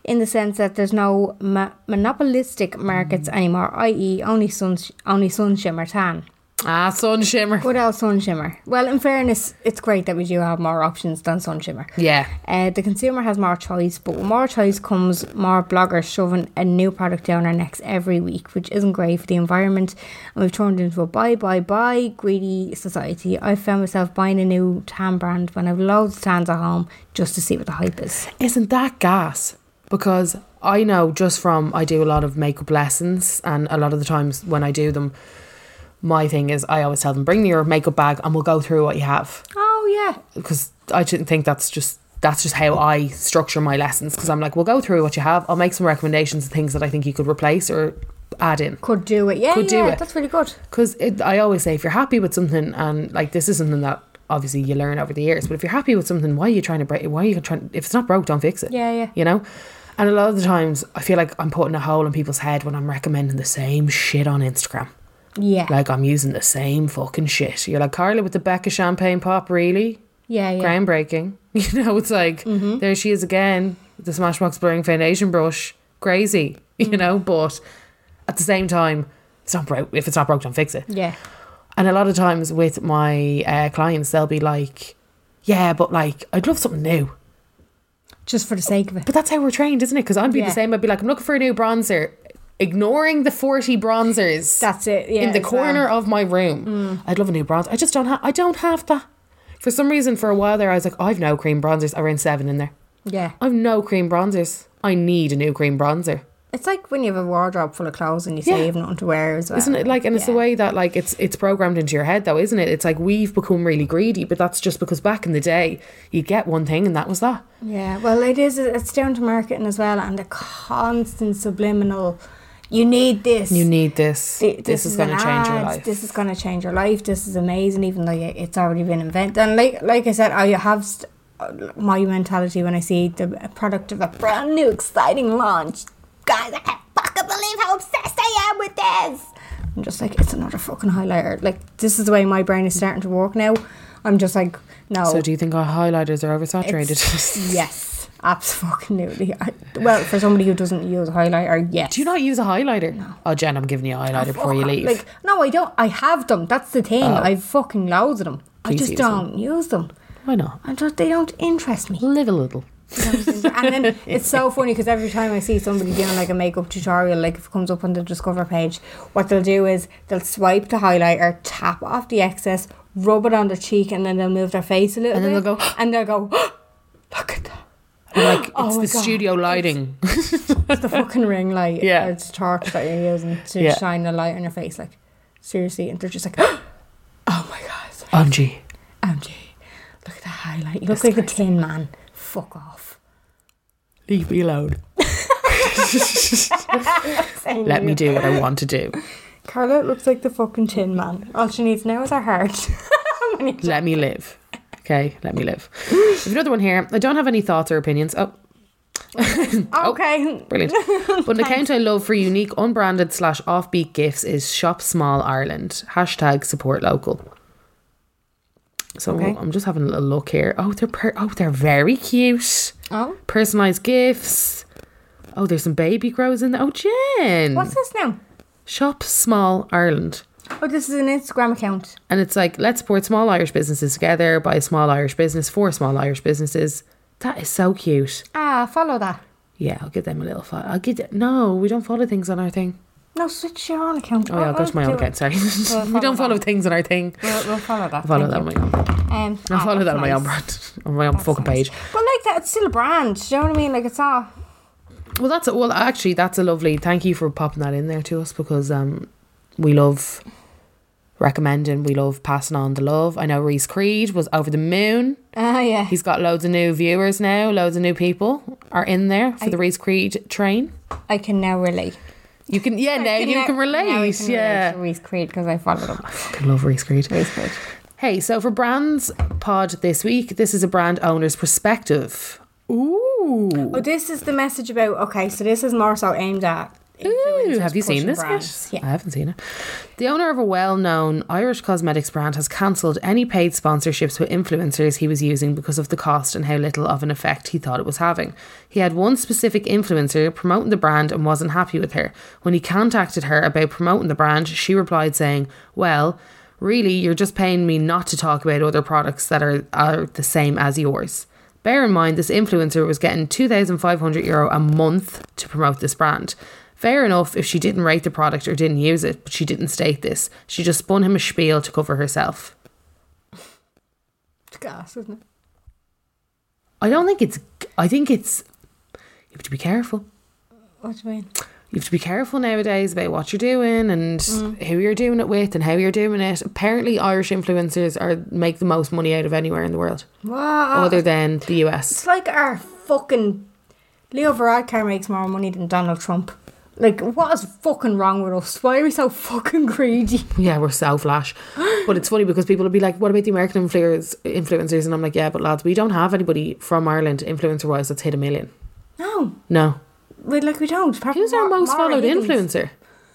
A: in the sense that there's no ma- monopolistic markets
B: Mm.
A: anymore, i.e., only sun only sun shimmer tan.
B: ah, sun shimmer.
A: What else, sun shimmer? Well, in fairness, it's great that we do have more options than sun shimmer.
B: Yeah.
A: Uh, the consumer has more choice, but with more choice comes more bloggers shoving a new product down our necks every week, which isn't great for the environment. And we've turned into a buy, buy, buy greedy society. I found myself buying a new tan brand when I've loads of tans at home just to see what the hype is.
B: Isn't that gas? Because I know just from I do a lot of makeup lessons, and a lot of the times when I do them, my thing is I always tell them bring your makeup bag and we'll go through what you have
A: Oh yeah,
B: because I didn't think that's just that's just how I structure my lessons because I'm like we'll go through what you have. I'll make some recommendations of things that I think you could replace or add in.
A: could do it. Yeah,
B: Could do
A: yeah,
B: it.
A: that's really good.
B: Because I always say, if you're happy with something, and like this is something that obviously you learn over the years, but if you're happy with something, why are you trying to break? Why are you trying? If it's not broke, don't fix it.
A: Yeah, yeah.
B: You know. And a lot of the times, I feel like I'm putting a hole in people's head when I'm recommending the same shit on Instagram.
A: Yeah,
B: Like I'm using the same fucking shit. You're like Carla with the Becca champagne pop, really?
A: yeah, yeah. Mm-hmm.
B: groundbreaking. You know, it's like there she is again, with the Smashbox blurring foundation brush, crazy. You
A: Mm.
B: know, but at the same time, it's not broke. If it's not broke, don't fix it.
A: Yeah,
B: And a lot of times with my uh, clients, they'll be like, "Yeah, but like I'd love something new."
A: just for the sake of it.
B: But that's how we're trained, isn't it? Because I'd be
A: Yeah.
B: the same. I'd be like, "I'm looking for a new bronzer." Ignoring the forty bronzers
A: That's it, yeah,
B: in the
A: as
B: corner
A: well. Mm.
B: of my room, I'd love a new bronzer. I just don't have. I don't have that. For some reason, for a while there, I was like, "I've no cream bronzers." I ran seven in there.
A: Yeah,
B: I've no cream bronzers. I need a new cream bronzer.
A: it's like when you have a wardrobe full of clothes and you say
B: Yeah.
A: you have nothing to wear as well.
B: Isn't it like and it's the way that like it's it's programmed into your head though, isn't it? It's like we've become really greedy, but that's just because back in the day you get one thing and that was that.
A: Yeah, well, it is. It's down to marketing as well, and the constant subliminal. You need this.
B: You need this.
A: Th-
B: this, is, going to
A: an
B: change your
A: ad,
B: life.
A: This is going to change your life. This is amazing, even though y- it's already been invented. And like, like I said, I have st- uh, my mentality when I see the product of a brand new, exciting launch.
C: Guys, I can't fucking believe how obsessed I am with this.
A: I'm just like, it's another fucking highlighter. Like, this is the way my brain is starting to work now. I'm just like, no.
B: so do you think our highlighters are
A: it's-
B: oversaturated?
A: yes, absolutely. I, well, for somebody who doesn't use highlighter, yes.
B: do you not use a highlighter? Oh Jen, I'm giving you a highlighter before you leave. Oh.
A: Like, no, I don't. I have them. That's the thing. I've fucking loads of them. I
B: Please
A: just
B: use
A: don't use them.
B: Why not?
A: I just, they don't interest me.
B: Live a little.
A: and then it's so funny because every time I see somebody doing like a makeup tutorial, like if it comes up on the Discover page, what they'll do is they'll swipe the highlighter, tap off the excess, rub it on their cheek, and then they'll move their face a little
B: And then
A: bit.
B: they'll go,
A: and they'll go, look at that.
B: Like it's
A: Oh my
B: the
A: God.
B: studio lighting.
A: It's the fucking ring light.
B: Yeah.
A: It's the torch that you're using to
B: Yeah.
A: shine a light on your face. Like, seriously. And they're just like, oh my God.
B: OMG.
A: MG, look at the highlight. You look like a tin man. Fuck off.
B: Leave me alone. Let me do what I want to do.
A: Carla looks like the fucking tin man. All she needs now is her heart.
B: Let me live. Okay, let me live. We've Another one here. I don't have any thoughts or opinions. Oh,
A: okay.
B: brilliant. But an account I love for unique, unbranded slash offbeat gifts is Shop Small Ireland. Hashtag support local. So I'm just having a little look here. Oh, they're per- oh they're very cute.
A: Oh.
B: Personalized gifts. Oh, there's some baby grows in there. Oh, Jen.
A: What's this now?
B: Shop Small Ireland.
A: Oh, this is an Instagram account.
B: And it's like, let's support small Irish businesses together, buy a small Irish business for small Irish businesses. That is so cute.
A: Ah, follow that.
B: Yeah, I'll give them a little follow. I'll give them, no, we don't follow things on our thing.
A: No, switch your own account.
B: Oh yeah, I'll go to my own
A: do it.
B: account. Sorry,
A: We'll
B: we
A: follow
B: don't follow
A: that.
B: things in our thing.
A: We'll, we'll follow that.
B: I follow
A: thank
B: that on
A: you.
B: my own.
A: Um,
B: I
A: ah,
B: follow that
A: that's
B: on my own
A: nice.
B: brand, on my own
A: That's
B: fucking
A: nice.
B: page.
A: But like that, it's still a brand. Do you know what I mean? Like it's not.
B: Well, that's well. Actually, that's a lovely. Thank you for popping that in there to us because um, we love recommending. We love passing on the love. I know Reese Creed was over the moon.
A: Ah, yeah.
B: He's got loads of new viewers now. Loads of new people are in there for the Reese Creed train.
A: I can now relate.
B: You can, yeah, now you
A: now-
B: can relate.
A: now I can
B: yeah,
A: relate to Reese Creed because I followed him.
B: I love Reese Creed.
A: Reese Creed.
B: Hey, so for brands pod this week, this is a brand owner's perspective. Ooh,
A: Oh, this is the message about. Okay, so this is more so aimed at.
B: Ooh,
A: influencers
B: have you seen
A: pushing
B: this
A: brands.
B: yet?
A: Yeah.
B: I haven't seen it. The owner of a well-known Irish cosmetics brand has cancelled any paid sponsorships with influencers he was using because of the cost and how little of an effect he thought it was having. He had one specific influencer promoting the brand and wasn't happy with her. When he contacted her about promoting the brand, she replied saying, "Well, really, you're just paying me not to talk about other products that are are the same as yours." Bear in mind, this influencer was getting 2,500 euro a month to promote this brand. Fair enough if she didn't rate the product or didn't use it, but she didn't state this. She just spun him a spiel to cover herself.
A: It's gas, isn't it?
B: I don't think it's. I think it's. You have to be careful.
A: What do you mean?
B: You have to be careful nowadays about what you're doing and who you're doing it with and how you're doing it. Apparently, Irish influencers are make the most money out of anywhere in the world,
A: Wow.
B: other than Oh, the US.
A: It's like our fucking Leo Varadkar makes more money than Donald Trump. Like, what is fucking wrong with us? Why are we so fucking greedy?
B: Yeah, we're so flash. but it's funny because people will be like, what about the American influencers? influencers? And I'm like, yeah, but lads, we don't have anybody from Ireland, influencer wise, that's hit a million.
A: No,
B: No.
A: we like we don't. Apart from
B: Who's our
A: Ma-
B: most
A: Maura
B: followed
A: Higgins.
B: influencer?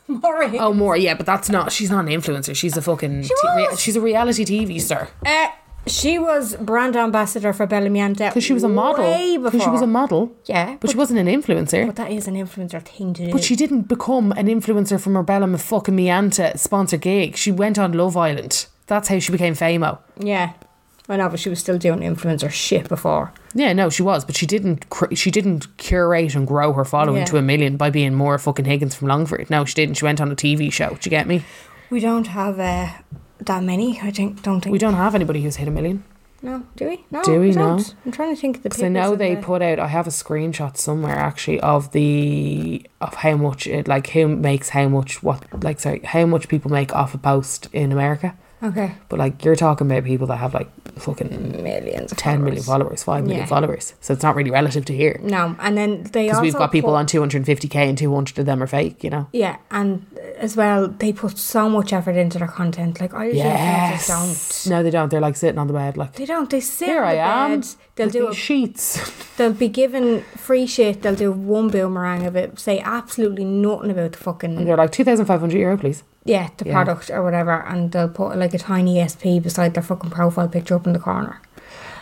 A: Maura Higgins.
B: Oh, more. Yeah, but that's not, she's not an influencer. She's a fucking,
A: She
B: t- rea-
A: was.
B: she's a reality TV star.
A: Uh, she was brand ambassador for Bellamiante
B: Because she was a model.
A: Way before.
B: Because she was a model.
A: Yeah,
B: But, she wasn't an influencer.
A: But that is an influencer thing to do.
B: But she didn't become an influencer from her Bella fucking Mianta sponsor gig. She went on Love Island. That's how she became famo.
A: yeah, I know, but she was still doing influencer shit before.
B: Yeah, no, she was, but she didn't. Cr- she didn't curate and grow her following
A: Yeah.
B: to a million by being more fucking Higgins from Longford. No, she didn't. She went on a TV show. Do you get me?
A: We don't have uh, that many. I think. Don't think
B: We don't have anybody who's hit a million.
A: No, do we? No,
B: Do we
A: don't.
B: not?
A: I'm trying to think of uh, the
B: Because I
A: people.
B: know they
A: the,
B: put out. I have a screenshot somewhere actually of the of how much it like who makes how much what like sorry how much people make off a post in America.
A: Okay,
B: But like you're talking about people that have like fucking
A: millions. Of
B: ten million
A: followers.
B: followers, five million
A: Yeah.
B: followers. So it's not really relative to here
A: No, and then they
B: because
A: also
B: we've got people
A: put-
B: on two hundred and fifty k and two hundred of them are fake. You know.
A: Yeah, and as well, they put so much effort into their content. Like Irish
B: Yes.
A: influencers don't.
B: No, they don't. They're like sitting on the bed, like
A: They don't. They sit
B: here
A: on
B: I
A: the
B: am.
A: bed. They'll
B: with
A: do.
B: these
A: A,
B: sheets.
A: they'll be given free shit. They'll do one boomerang of it. Say absolutely nothing about the
B: And
A: fucking
B: they're like two thousand five hundred euro, please.
A: yeah the
B: Yeah.
A: product or whatever, and they'll put like a tiny SP beside their fucking profile picture up in the corner.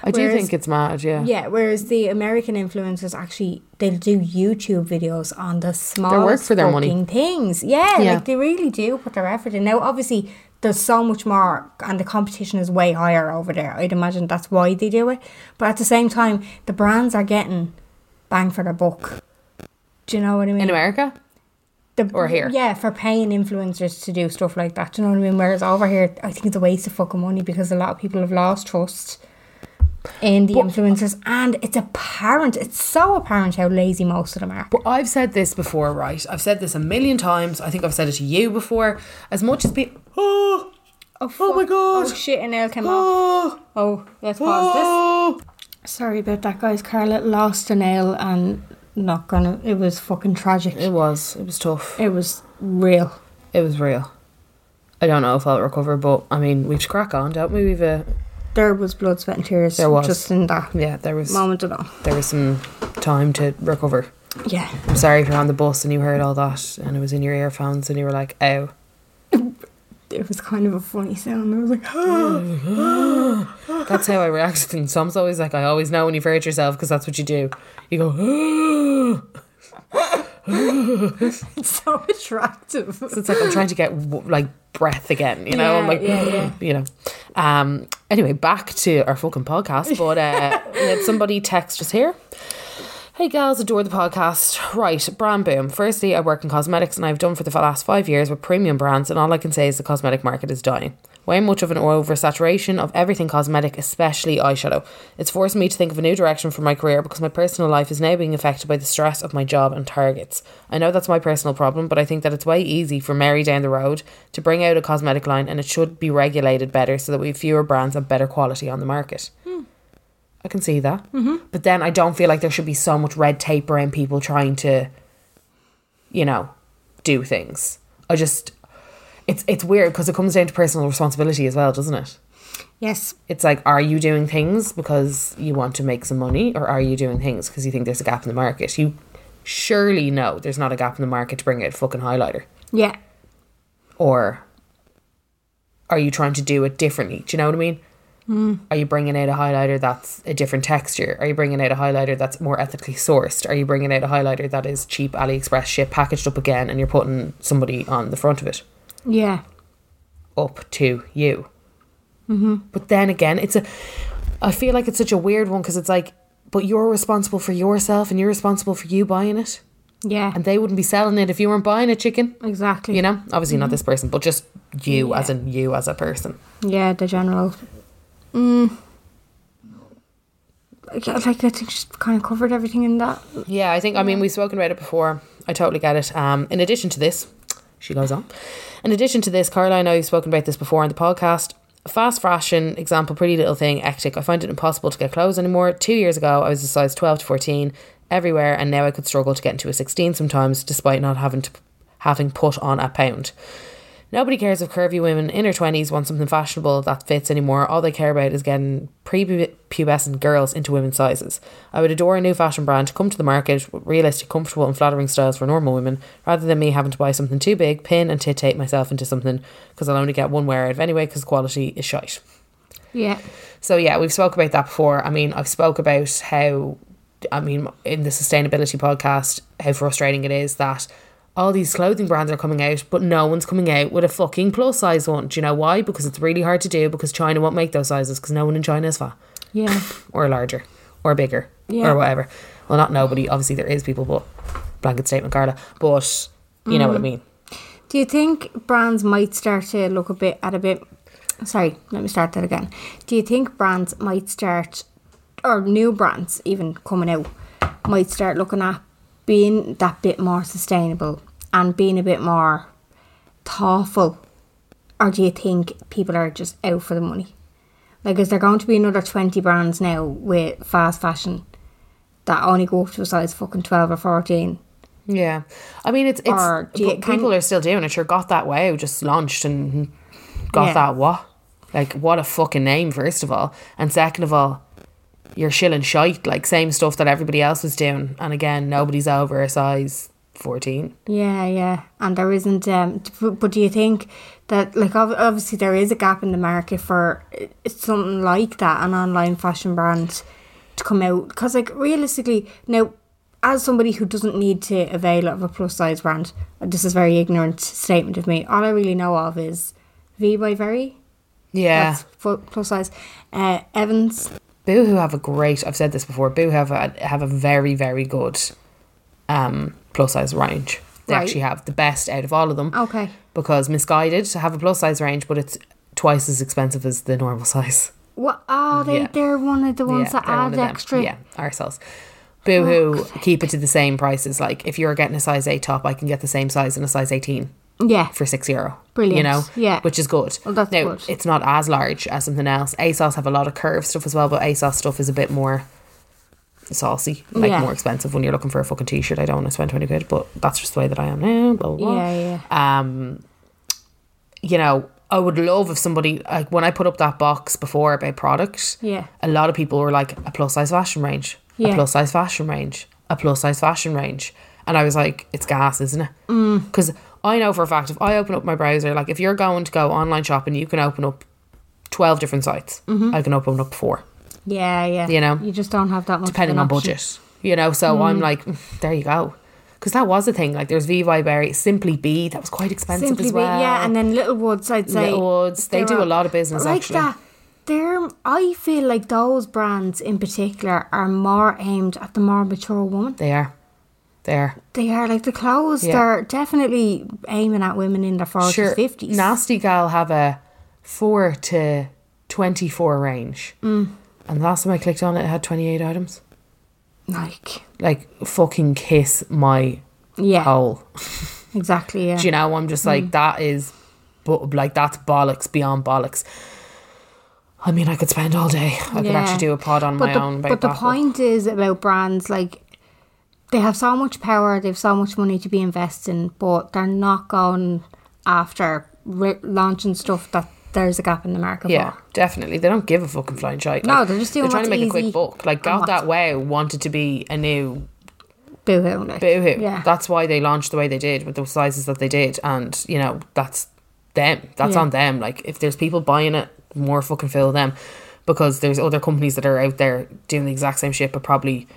B: I do
A: Whereas-
B: think it's mad. Yeah.
A: Yeah, whereas the American influencers actually they'll do YouTube videos on the smallest
B: for their money.
A: fucking things. Yeah,
B: Yeah.
A: like they really do put their effort in. Now, obviously, there's so much more, and the competition is way higher over there. I'd imagine that's why they do it. But at the same time, the brands are getting bang for their buck. Do you know what I mean?
B: In America,
A: The-
B: or here?
A: Yeah, for paying influencers to do stuff like that. Do you know what I mean? Whereas over here, I think it's a waste of fucking money because a lot of people have lost trust in the influencers, and it's apparent. It's so apparent how lazy most of them are.
B: But I've said this before, right? I've said this a million times. I think I've said it to you before. As much as people, oh,
A: Oh,
B: my God.
A: Oh shit! And nail came off.
B: oh,
A: Oh, let's pause
B: oh,
A: this. Sorry about that, guys. Scarlett lost a nail, and not gonna. It was fucking tragic.
B: it was. It was tough.
A: It was real.
B: It was real. I don't know if I'll recover, but I mean, we've to crack on, don't we? We've a
A: There was blood, sweat, and tears.
B: There was.
A: just in that
B: yeah. There was
A: moment at all.
B: there was some time to recover.
A: Yeah.
B: I'm sorry if you're on the bus and you heard all that and it was in your earphones and you were like, ow.
A: it was kind of a funny sound. I was like, oh.
B: That's how I react to things. So I'm always like, I always know when you've hurt yourself because that's what you do. You go,
A: it's so attractive.
B: it's like I'm trying to get w- like breath again, you know? I'm
A: Yeah,
B: like,
A: yeah, yeah.
B: you know. Um. Anyway, back to our fucking podcast. But uh, we had somebody text us here. Hey gals, adore the podcast. Right, brand boom. Firstly, I work in cosmetics and I've done for the last five years with premium brands, and all I can say is the cosmetic market is dying. Way much of an oversaturation of everything cosmetic, especially eyeshadow. It's forced me to think of a new direction for my career because my personal life is now being affected by the stress of my job and targets. I know that's my personal problem, but I think that it's way easy for Mary down the road to bring out a cosmetic line and it should be regulated better so that we have fewer brands of better quality on the market. I can see that. Mm-hmm. But then I don't feel like there should be so much red tape around people trying to, you know, do things. I just, it's it's weird because it comes down to personal responsibility as well, doesn't it?
A: Yes.
B: It's like, are you doing things because you want to make some money, or are you doing things because you think there's a gap in the market? You surely know there's not a gap in the market to bring out fucking highlighter,
A: Yeah.
B: or are you trying to do it differently? Do you know what I mean? Are you bringing out a highlighter that's a different texture? Are you bringing out a highlighter that's more ethically sourced? Are you bringing out a highlighter that is cheap AliExpress shit packaged up again and you're putting somebody on the front of it?
A: Yeah.
B: Up to you. Mm-hmm. But then again, it's a. I feel like it's such a weird one because it's like, but you're responsible for yourself and you're responsible for you buying it.
A: Yeah.
B: And they wouldn't be selling it if you weren't buying it, chicken.
A: exactly.
B: You know, obviously not this person, but just you as in you as a person.
A: Yeah, the general. Mm. Yeah, like I think she's kind of covered everything in that.
B: Yeah, I think, I mean, we've spoken about it before. I totally get it. Um, in addition to this, she goes on. In addition to this, Caroline, I know you've spoken about this before on the podcast. Fast fashion, example, pretty little thing, hectic. I find it impossible to get clothes anymore. Two years ago, I was a size 12 to 14 everywhere, and now I could struggle to get into a 16 sometimes, despite not having to having put on a pound. Nobody cares if curvy women in their 20s want something fashionable that fits anymore. All they care about is getting prepubescent girls into women's sizes. I would adore a new fashion brand to come to the market with realistic, comfortable, and flattering styles for normal women, rather than me having to buy something too big, pin and titate myself into something because I'll only get one wear out of anyway because quality is shite.
A: Yeah.
B: So yeah, we've spoke about that before. I mean, I've spoke about how, I mean, in the sustainability podcast, how frustrating it is that all these clothing brands are coming out, but no one's coming out with a fucking plus size one. Do you know why? Because it's really hard to do because China won't make those sizes because no one in China is fat
A: Yeah.
B: or larger or bigger
A: Yeah.
B: or whatever. Well, not nobody. Obviously, there is people, but blanket statement, Carla. But you know what I mean.
A: Do you think brands might start to look a bit at a bit? Sorry, let me start that again. Do you think brands might start, or new brands even coming out, might start looking at being that bit more sustainable and being a bit more thoughtful? Or do you think people are just out for the money? Like, is there going to be another 20 brands now with fast fashion that only go up to a size fucking 12 or 14?
B: Yeah, I mean, it's it's
A: Or do you-
B: but
A: can-
B: people are still doing it. Sure, got that wow, just launched and got
A: Yeah.
B: that what? Like what a fucking name, first of all, and second of all, you're shilling shite like same stuff that everybody else was doing. And again, nobody's over a size fourteen.
A: Yeah, yeah, and there isn't. Um, t- but, but do you think that, like, ob- obviously there is a gap in the market for uh, something like that, an online fashion brand to come out? Because, like, realistically, now, as somebody who doesn't need to avail of a plus size brand, this is a very ignorant statement of me. All I really know of is V by Very.
B: Yeah,
A: That's fu- plus size. Uh, Evans.
B: Boohoo have a great. I've said this before. Boohoo have a have a very very good, um, plus size range. They
A: Right. Oh.
B: actually have the best out of all of them.
A: Okay.
B: Because misguided have a plus size range, but it's twice as expensive as the normal size.
A: What? Oh, they,
B: Yeah.
A: they're one of the ones that
B: they're one
A: add
B: of them.
A: extra. Oh,
B: Yeah, ourselves. Boohoo, keep it to the same prices. Like if you're getting a size eight top, I can get the same size in a size eighteen
A: Yeah.
B: for six euro. You
A: Brilliant.
B: know,
A: Yeah.
B: which is good.
A: Well, that's
B: now,
A: good.
B: It's not as large as something else. ASOS have a lot of curved stuff as well, but ASOS stuff is a bit more saucy, like
A: Yeah.
B: more expensive when you're looking for a fucking t-shirt. I don't want to spend twenty quid, but that's just the way that I am now. Blah blah. blah.
A: Yeah,
B: Um, you know, I would love if somebody like when I put up that box before about product.
A: Yeah.
B: A lot of people were like a plus size fashion range, a
A: Yeah.
B: plus size fashion range, a plus size fashion range, and I was like, it's gas, isn't it?
A: Mm.
B: Because I know for a fact if I open up my browser, like if you're going to go online shopping, you can open up twelve different sites.
A: Mm-hmm.
B: I can open up four
A: Yeah, yeah.
B: You know?
A: you just don't have that much. of
B: depending
A: an
B: on
A: option.
B: budget, you know. So I'm like, "Mm, there you go. Because that was a thing. Like there's Vivi Berry, Simply Be, that was quite expensive
A: Simply
B: as
A: be-
B: well.
A: yeah, and then Littlewoods, I'd say
B: Littlewoods, they
A: they're
B: do a
A: on-
B: lot of business,
A: But like
B: actually.
A: that, they're I feel like those brands in particular are more aimed at the more mature woman.
B: They are. They are.
A: They are like the clothes.
B: Yeah.
A: They're definitely aiming at women in their forties,
B: sure,
A: Oh, fifties.
B: Nasty Gal have a 4 to 24 range. Mm. And the last time I clicked on it, it had 28 items.
A: like
B: Like, fucking kiss my
A: yeah,
B: hole.
A: exactly. Yeah, Mm.
B: Do you know, I'm just like, that is, but like, that's bollocks beyond bollocks. I mean, I could spend all day. I could
A: Yeah.
B: actually do a pod on
A: but
B: my
A: the,
B: own. about
A: But the
B: that,
A: point is about brands like they have so much power, they have so much money to be investing, but they're not going after re- launching stuff that there's a gap in the market
B: Yeah,
A: for.
B: definitely. They don't give a fucking flying shite.
A: No, they're just doing
B: They're trying to
A: what's
B: make a
A: easy
B: quick buck. Like,
A: and
B: God,
A: what's-
B: that way wanted to be a new
A: Boo hoo! Like,
B: boohoo.
A: Yeah,
B: That's why they launched the way they did with the sizes that they did. And, you know, that's them. That's
A: Yeah.
B: on them. Like, if there's people buying it, more fucking fill them. Because there's other companies that are out there doing the exact same shit, but probably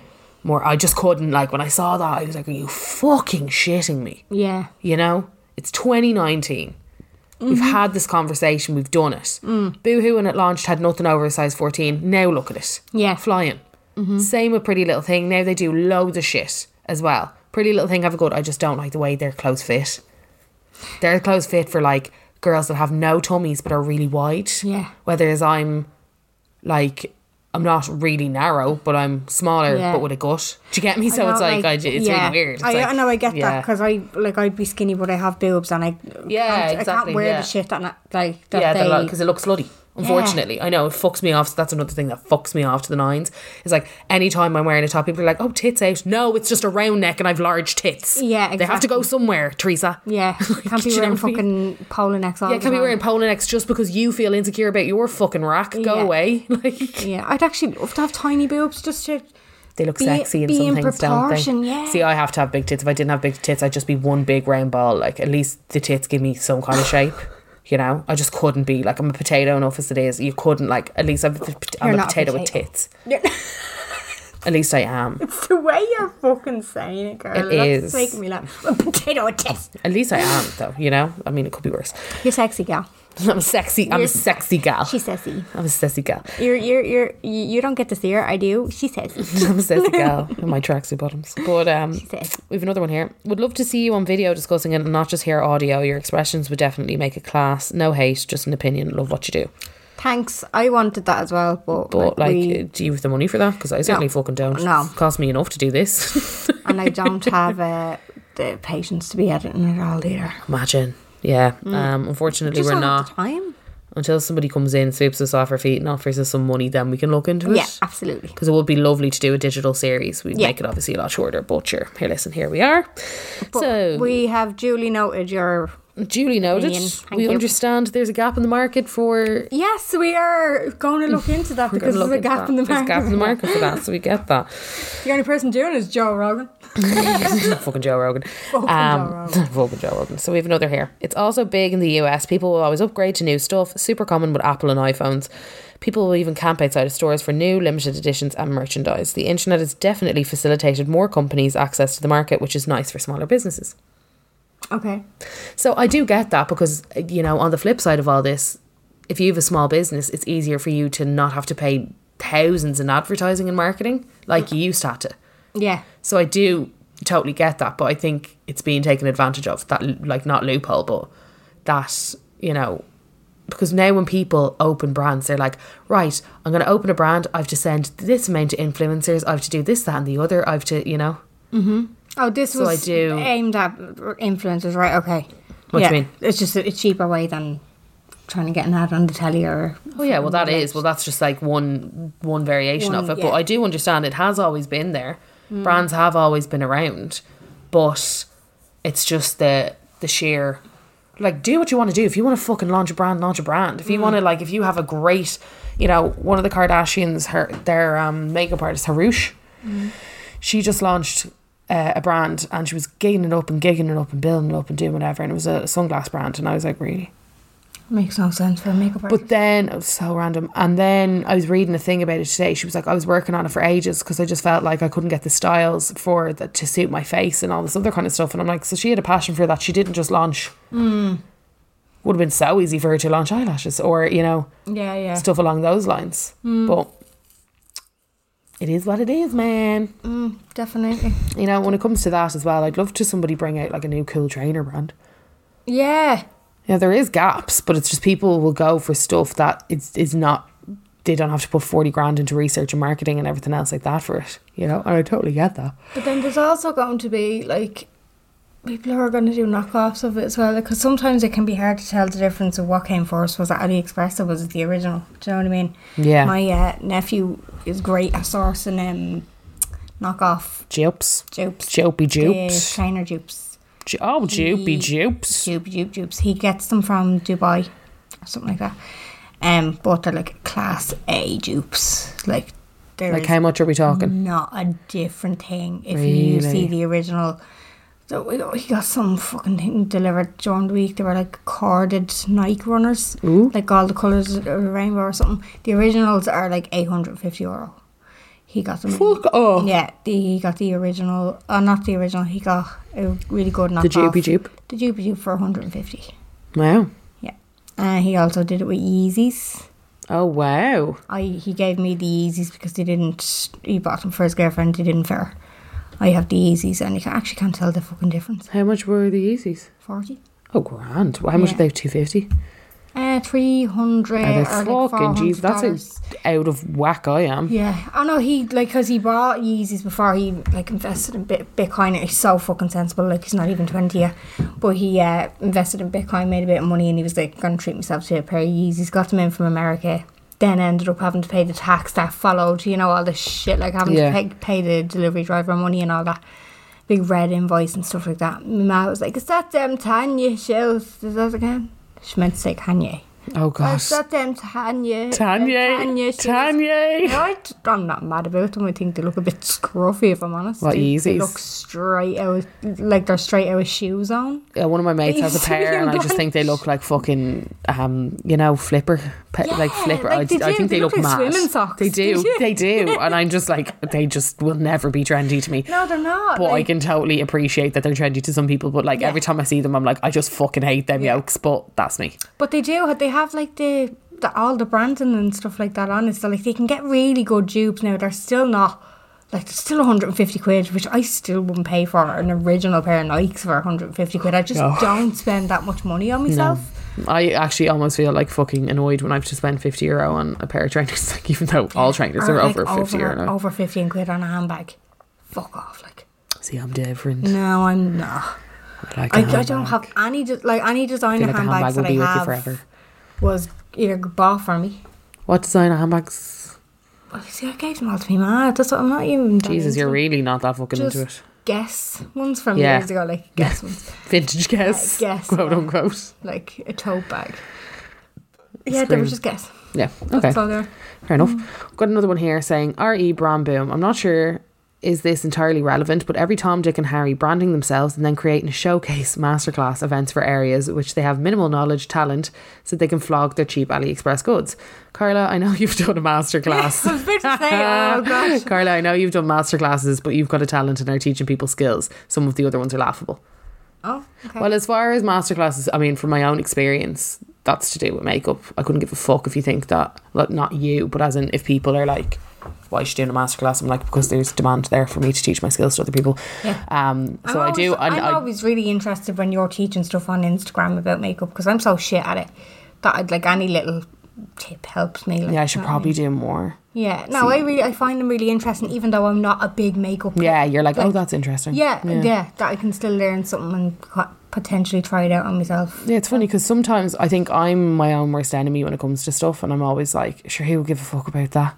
B: more. I just couldn't, like, when I saw that, I was like, are you fucking shitting me?
A: yeah.
B: You know, it's 2019. We've
A: Mm-hmm.
B: had this conversation. We've done it.
A: Mm.
B: Boohoo when it launched had nothing over a size 14. Now look at it.
A: Yeah. Mm-hmm.
B: Flying. Same with Pretty Little Thing. Now they do loads of shit as well. Pretty Little Thing have a good. I just don't like the way their clothes fit. Their clothes fit for like girls that have no tummies but are really wide.
A: Yeah.
B: Whereas I'm like, I'm not really narrow, but I'm smaller
A: Yeah.
B: but with a gut. Do you get me?
A: I
B: So it's
A: don't
B: like, I j it's
A: yeah.
B: really weird. It's
A: I
B: like,
A: I know I get
B: yeah.
A: that because I like I'd be skinny, but I have boobs, and I
B: Yeah,
A: can't, I
B: exactly,
A: can't wear
B: yeah.
A: the shit that I- like that
B: yeah,
A: they.
B: because it looks slutty. Unfortunately, I know it fucks me off. So that's another thing that fucks me off to the nines. It's like anytime I'm wearing a top, people are like, "Oh, tits out." No, it's just a round neck, and I've large tits.
A: Yeah,
B: they have to go
A: exactly.
B: somewhere, Teresa.
A: yeah, can't be
B: Do you know
A: wearing
B: what I mean?
A: fucking polo necks all
B: Yeah,
A: the
B: can be
A: time.
B: wearing polo necks just because you feel insecure about your fucking rack. Go
A: Yeah.
B: away. Like
A: Yeah, I'd actually love to have tiny boobs just to.
B: they look
A: Be-
B: sexy in
A: be
B: some
A: in
B: things, don't
A: proportion,
B: they?
A: yeah.
B: See, I have to have big tits. If I didn't have big tits, I'd just be one big round ball. Like at least the tits give me some kind of shape. You know, I just couldn't be like I'm a potato enough as it is. You couldn't like at least I'm, a pot- I'm
A: You're
B: a
A: not a
B: potato with
A: potato.
B: tits. At least I am.
A: the way you're fucking saying it, girl,
B: It that's is. making
A: me laugh. A potato test.
B: At least I am, though. You know, I mean, it could be worse.
A: You're sexy, gal.
B: I'm a sexy. I'm a
A: You're-
B: sexy gal.
C: She's sassy.
B: I'm a sexy gal.
A: You're you're you're you you don't get to see her. I do.
C: She says.
B: I'm a sexy gal in my tracksuit bottoms. But um, we have another one here. Would love to see you on video discussing it and not just hear audio. Your expressions would definitely make a class. No hate, just an opinion. Love what you do.
A: Thanks. I wanted that as well, but,
B: But like,
A: we-
B: uh do you have the money for that? Because I certainly fucking don't.
A: No.
B: It's cost me enough to do this.
A: and I don't have uh, the patience to be editing it all either.
B: Imagine. Yeah. Um. Unfortunately,
A: Mm. Just
B: we're
A: not have the
B: not.
A: time.
B: Until somebody comes in, sweeps us off our feet, and offers us some money, then we can look into it.
A: Yeah, absolutely.
B: because it would be lovely to do a digital series. We'd
A: Yeah.
B: make it obviously a lot shorter, but sure. Here, listen, here we are.
A: But
B: so
A: we have duly noted your.
B: duly noted.
A: Opinion. Thank
B: We
A: you.
B: understand there's a gap in the market for
A: Yes, we are going to look into that
B: we're gonna
A: because there's
B: look
A: a
B: into
A: gap
B: that.
A: in the
B: There's
A: market.
B: a gap in the market for that, so we get that.
A: The only person doing it is Joe Rogan.
B: fucking Joe Rogan. Um, fucking Joe Rogan. So we have another here. It's also big in the US. People will always upgrade to new stuff. Super common with Apple and iPhones. People will even camp outside of stores for new limited editions and merchandise. The internet has definitely facilitated more companies access to the market, which is nice for smaller businesses.
A: Okay.
B: So I do get that because uh, you know, on the flip side of all this, if you have a small business, it's easier for you to not have to pay thousands in advertising and marketing like you used to have to.
A: Yeah.
B: So I do totally get that, but I think it's being taken advantage of that l- like not loophole, but that you know because now when people open brands they're like right i'm going to open a brand i have to send this amount to influencers i have to do this that and the other i have to you know
A: Oh, this
B: So I
A: was
B: do-
A: aimed at influencers, right? Okay.
B: What do you
A: yeah.
B: mean?
A: It's just a, a cheaper way than trying to get an ad on the telly or.
B: Oh yeah, well that is well that's just like one one variation of
A: One,
B: it. But
A: yeah.
B: I do understand it has always been there. Brands have always been around, but it's just the the sheer like do what you want to do. If you want to fucking launch a brand, launch a brand.
A: Mm.
B: If you want to like if you have a great, you know, one of the Kardashians, her their um, makeup artist Harush,
A: Mm.
B: she just launched uh, a brand and she was gigging it up and gigging it up and building it up and doing whatever. And it was a sunglass brand, and I was like, really.
A: Makes no sense for a makeup artist.
B: But then it was so random. And then I was reading a thing about it today. She was like, I was working on it for ages because I just felt like I couldn't get the styles for that to suit my face and all this other kind of stuff. And I'm like, so she had a passion for that. She didn't just launch would have been so easy for her to launch eyelashes or, you know,
A: Yeah, yeah.
B: stuff along those lines. But it is what it is, man.
A: Definitely.
B: You know, when it comes to that as well, I'd love to somebody bring out like a new cool trainer brand.
A: Yeah.
B: Yeah, there is gaps, but it's just people will go for stuff that is is not. They don't have to put forty grand into research and marketing and everything else like that for it. You know, and I totally get that.
A: But then there's also going to be like people who are going to do knockoffs of it as well because sometimes it can be hard to tell the difference of what came first was it AliExpress or was it the original do you know what I mean
B: Yeah.
A: my uh, nephew is great at sourcing um, knockoff
B: Jupes,
A: dupes
B: Jopey
A: uh,
B: jupes,
A: trainer dupes
B: Ju- oh Jupey
A: he-
B: jupes.
A: dupe dupe dupes he gets them from Dubai or something like that um, but they're like class A dupes like they're
B: Like how much are we talking?
A: not a different thing if you see the original. So we got, we got some fucking thing delivered during the week. They were like corded Nike runners, like all the colours of the rainbow or something. The originals are like eight hundred fifty euro. He got them.
B: Fuck off.
A: Yeah, the, he got the original. Uh, not the original. He got a really good knockoff.
B: Joopy Joop?
A: The Joopy Joop for one hundred and fifty. Mm-hmm.
B: Wow.
A: Yeah, and he also did it with Yeezys.
B: Oh wow.
A: I he gave me the Yeezys because they didn't. He bought them for his girlfriend. They didn't fare. I have the Yeezys, and you can, actually can't tell the fucking difference.
B: How much were the Yeezys?
A: Forty.
B: Oh grand. Well, how much
A: Yeah.
B: are they? Two fifty.
A: Uh, three hundred.
B: Are they
A: or
B: fucking
A: like
B: jeez? That's
A: $400.
B: a, out of whack. I am.
A: Yeah, I know he like because he bought Yeezys before he like invested in bit Bitcoin. He's so fucking sensible. Like he's not even twenty yet, but he uh, invested in Bitcoin, made a bit of money, and he was like gonna treat himself to a pair of Yeezys. Got them in from America, then ended up having to pay the tax that followed. You know all this shit like having
B: Yeah.
A: to pay, pay the delivery driver money and all that. Big red invoice and stuff like that. My ma was like, "Is that them Tanya shoes? Is that again?" She meant to say Kanye.
B: Oh
A: Is
B: gosh.
A: that them Tanya? Uh,
B: Tanya.
A: Tanya shoes?
B: Tanya.
A: No, I, am not mad about them. I think they look a bit scruffy, if I'm honest.
B: Like
A: they, they
B: Yeezys?
A: look straight out, like they're straight out of shoes on.
B: Yeah, uh, one of my mates has a
A: These
B: pair, and I just
A: like-
B: think they look like fucking, um, you know, flipper, pe- like flipper.
A: like
B: I,
A: they
B: I
A: do.
B: think they,
A: They
B: look,
A: look like
B: mad.
A: swimming socks.
B: They do,
A: Yeah.
B: they do, and I'm just like, they just will never be trendy to me.
A: No, they're not.
B: But I can totally appreciate that they're trendy to some people. But like every time I see them, I'm like, I just fucking hate them yolks. But that's me.
A: But they do. They have like the, the all the branding and stuff like that on it. So like they can get really good dupes now. They're still not. Like they're still 150 quid, which I still wouldn't pay for an original pair of Nikes for 150 quid. I just don't spend that much money on myself.
B: I actually almost feel like fucking annoyed when I've just spent fifty euro on a pair of trainers. Like even though all trainers
A: Or,
B: are
A: like,
B: over fifty
A: over,
B: euro. now.
A: Over 15 quid on a handbag. Fuck off, like.
B: See, I'm different.
A: No, I'm not.
B: I like a
A: Mm. I, I
B: handbag.
A: don't have any de- like any designer
B: I feel like a handbag
A: handbags
B: will be
A: that I
B: with you
A: have
B: forever.
A: was either bought for me.
B: What design of handbags?
A: Well, you see, I gave them all to me, man. That's what I'm not even. that
B: Jesus, you're
A: into.
B: really not that fucking
A: Just
B: into it.
A: guess ones from
B: Yeah.
A: years ago, like guess ones,
B: Vintage guess.
A: guess,
B: Quote
A: yeah.
B: unquote.
A: like a tote bag. Yeah, they were
B: Scream.
A: just guess.
B: Yeah. Okay.
A: So they're
B: Fair enough. Got another one here saying R.E. Boom. I'm not sure is this entirely relevant, but every Tom, Dick, and Harry branding themselves and then creating a showcase masterclass events for areas which they have minimal knowledge, talent, so they can flog their cheap AliExpress goods. Carla, I know you've done a masterclass.
A: I was about to say, oh gosh.
B: Carla, I know you've done masterclasses, but you've got a talent and are teaching people skills. Some of the other ones are laughable.
A: Oh, okay.
B: Well, as far as masterclasses, I mean, from my own experience, that's to do with makeup. I couldn't give a fuck if you think that, like, not you, but as in if people are like, why is she doing a masterclass? I'm like, because there's demand there for me to teach my skills to other people. Um, so
A: I'm
B: I do.
A: always-
B: And
A: I'm
B: I,
A: always really interested when you're teaching stuff on Instagram about makeup because I'm so shit at it that I'd like any little tip helps me. Like,
B: yeah, I should
A: you know what
B: probably do more.
A: mean? Yeah, no, I really I find them really interesting, even though I'm not a big makeup.
B: Yeah, you're like, oh, that's interesting.
A: Yeah, yeah, that I can still learn something and co- potentially try it out on myself.
B: Yeah, it's funny because sometimes I think I'm my own worst enemy when it comes to stuff, and I'm always like, sure, who will give a fuck about that?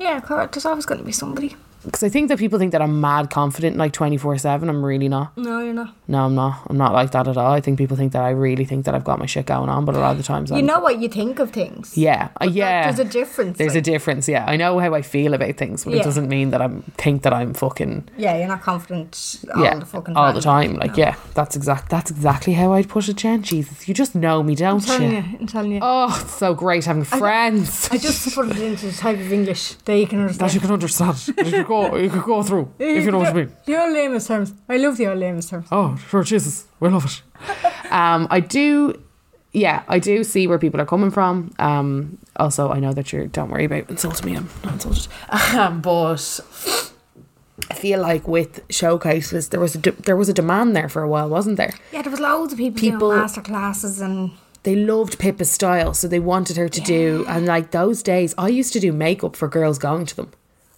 A: Yeah, correct. There's always going to be somebody.
B: Because I think that people think that I'm mad confident, like 24 7. I'm really not.
A: No, you're not.
B: No, I'm not. I'm not like that at all. I think people think that I really think that I've got my shit going on, but a lot of the times,
A: You
B: I'm,
A: know what you think of things.
B: yeah, uh, yeah.
A: there's a difference,
B: There's a
A: like-
B: difference. Yeah, I know how I feel about things, but it
A: Yeah.
B: doesn't mean that I'm think that I'm fucking
A: Yeah, you're not confident all
B: yeah
A: the fucking
B: all the time. Like, yeah, that's exact. That's exactly how I'd put it, Jen. Jesus, you just know me,
A: I'm
B: don't
A: telling
B: you?
A: you, I'm telling you.
B: Oh, it's so great having friends.
A: I just put it into the type of English that you can understand.
B: that you can understand. you could go. You could go through if you know what I mean.
A: The old layman's terms. I love the old layman's terms.
B: Oh, sure, Jesus, we love it. um, I do. yeah, I do see where people are coming from. Um, also, I know that you're. Don't worry about insulting me. I'm not insulted. Um, but I feel like with showcases, there was a de- there was a demand there for a while, wasn't there?
A: Yeah, there was loads of people,
B: People-
A: doing master classes and
B: they loved Pippa's style, so they wanted her to do. And like those days, I used to do makeup for girls going to them.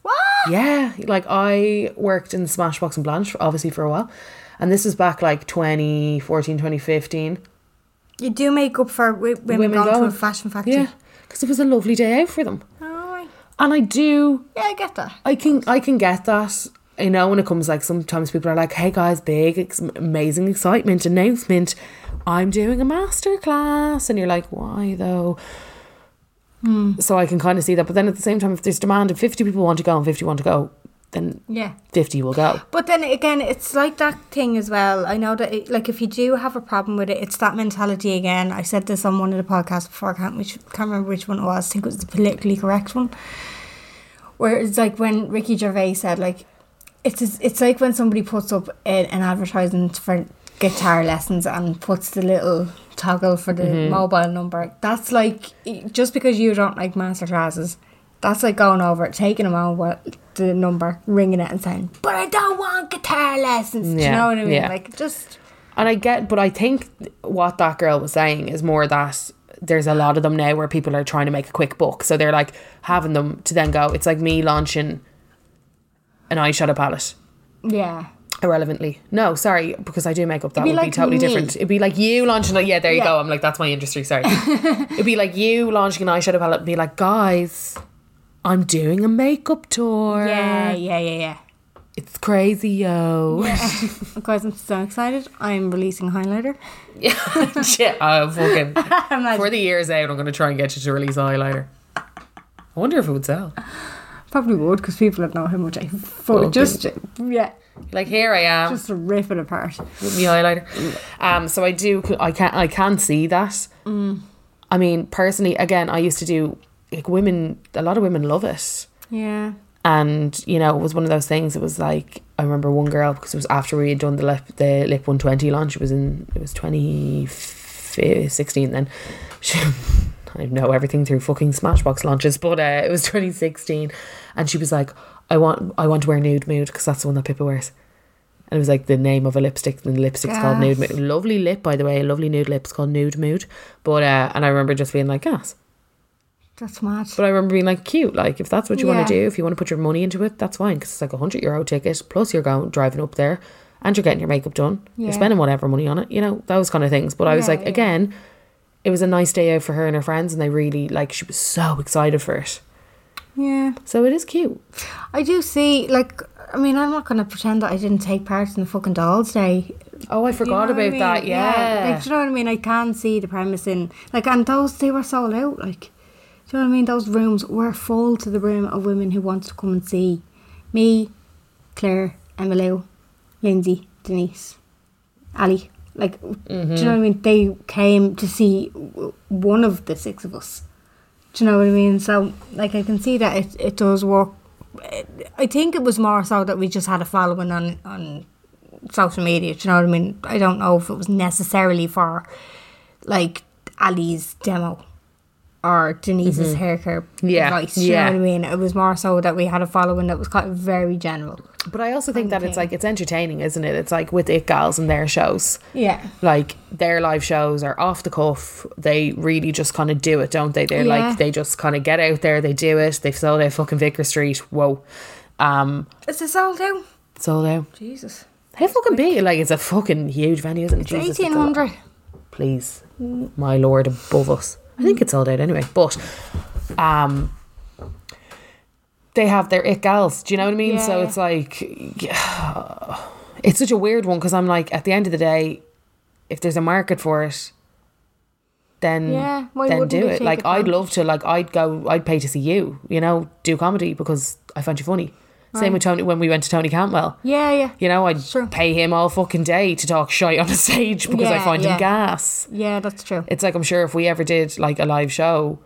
B: What? Yeah, like I worked in Smashbox and Blanche, obviously for a while, and this was back like 2014, 2015.
A: you do makeup for w- women,
B: Women
A: going to
B: going.
A: a fashion factory.
B: Yeah, because it was a lovely day out for them,
A: Alright.
B: and I do
A: Yeah, I get that.
B: I can I can get that. You know, when it comes like sometimes people are like, "Hey guys, big ex- amazing excitement announcement! I'm doing a masterclass," and you're like, "Why though?"
A: Hmm.
B: So I can kind of see that, but then at the same time, if there's demand and fifty people want to go and fifty want to go, then
A: Yeah.
B: fifty will go.
A: But then again, it's like that thing as well. I know that, it, like, if you do have a problem with it, it's that mentality again. I said this on one of the podcasts before. I can't, which, can't remember which one it was. I think it was the politically correct one, where it's like when Ricky Gervais said, like, it's as- it's like when somebody puts up a, an advertisement for guitar lessons and puts the little toggle for the mobile number. That's like e, just because you don't like master classes. That's like going over, it, taking a mobile the number, ringing it, and saying, "But I don't want guitar lessons." Do you
B: Yeah,
A: know what I mean?
B: yeah.
A: Like just
B: And I get, but I think what that girl was saying is more that there's a lot of them now where people are trying to make a quick buck. So they're like having them to then go. It's like me launching an eyeshadow palette.
A: yeah.
B: irrelevantly. No, sorry, because I do makeup. That
A: be
B: would be
A: like me.
B: totally different. It'd be like you launching. A, yeah, there you
A: Yeah.
B: go. I'm like, that's my industry. Sorry. It'd be like you launching an eyeshadow palette. and Be like, guys, I'm doing a makeup tour.
A: Yeah, yeah, yeah, yeah.
B: it's crazy, yo.
A: Guys, I'm so excited. I'm releasing highlighter.
B: Yeah, I'm fucking.
A: I'm like,
B: For the years out, I'm gonna try and get you to release eyeliner. I wonder if it would sell.
A: probably would because people don't know how much I full
B: Well,
A: just yeah,
B: Like here I am.
A: just to rip it apart.
B: with my eyeliner. Um, so I do, I can, I can see that. I mean, personally, again, I used to do like women. A lot of women love it,
A: Yeah.
B: and you know, it was one of those things. It was like I remember one girl because it was after we had done the lip, the lip one twenty launch. It was in, it was twenty sixteen then. She, I know everything through fucking Smashbox launches, but uh, it was twenty sixteen, and she was like, "I want, I want to wear nude mood because that's the one that Pippa wears." And it was like the name of a lipstick, and the lipstick's called Nude Mood. Lovely lip, by the way, a lovely nude lip. It's called Nude Mood. But uh, and I remember just being like, gas.
A: That's mad.
B: But I remember being like, cute. Like if that's what you want to
A: Yeah.
B: do, if you want to put your money into it, that's fine because it's like a hundred euro ticket plus you're going driving up there, and you're getting your makeup done. You're
A: Yeah.
B: spending whatever money on it. You know those kind of things. But I was
A: Yeah,
B: like,
A: yeah.
B: again, it was a nice day out for her and her friends, and they really like. She was so excited for it.
A: Yeah.
B: So it is cute.
A: I do see, like, I mean, I'm not going to pretend that I didn't take part in the fucking Dolls Day.
B: Oh, I forgot
A: You know what I
B: about
A: mean?
B: that. Yeah.
A: Like, do you know what I mean? I can see the premise in, like, and those, they were sold out. Like, do you know what I mean? Those rooms were full to the brim of women who wanted to come and see me, Claire, Emily, Lindsay, Denise, Ali. Like, do
B: Mm-hmm.
A: you know what I mean? They came to see w- one of the six of us. Do you know what I mean? So, like, I can see that it, it does work. I think it was more so that we just had a following on, on social media. Do you know what I mean? I don't know if it was necessarily for, like, Ali's demo or Denise's hair care
B: Mm-hmm. Yeah,
A: advice. Do you
B: yeah.
A: know what I mean? It was more so that we had a following that was quite very general.
B: But I also think that it's like it's entertaining, isn't it? It's like with it gals and their shows.
A: Yeah.
B: Like their live shows are off the cuff. They really just kind of do it, don't they? They're
A: Yeah.
B: like they just kind of get out there. They do it. They've sold out fucking Vicar Street. Whoa, um,
A: Is this all down?
B: sold out.
A: Jesus.
B: How fucking big? Like it's a fucking huge venue, isn't it? Jesus, it's a lot.
A: 1800.
B: Please, my lord above us. I think it's sold out anyway. But um, they have their it gals. Do you know what I mean? So
A: Yeah.
B: it's like it's such a weird one because I'm like, at the end of the day, if there's a market for it, then
A: Yeah, why
B: then
A: wouldn't
B: do
A: we
B: it.
A: take
B: Like I'd
A: advantage?
B: love to. Like I'd go. I'd pay to see you. You know, do comedy because I find you funny. Same with Tony when we went to Tony Cantwell.
A: Yeah, yeah.
B: You know, I'd
A: Sure.
B: pay him all fucking day to talk shite on a stage because I
A: Yeah,
B: find him
A: yeah.
B: gas.
A: Yeah, that's true.
B: It's like I'm sure if we ever did like a live show,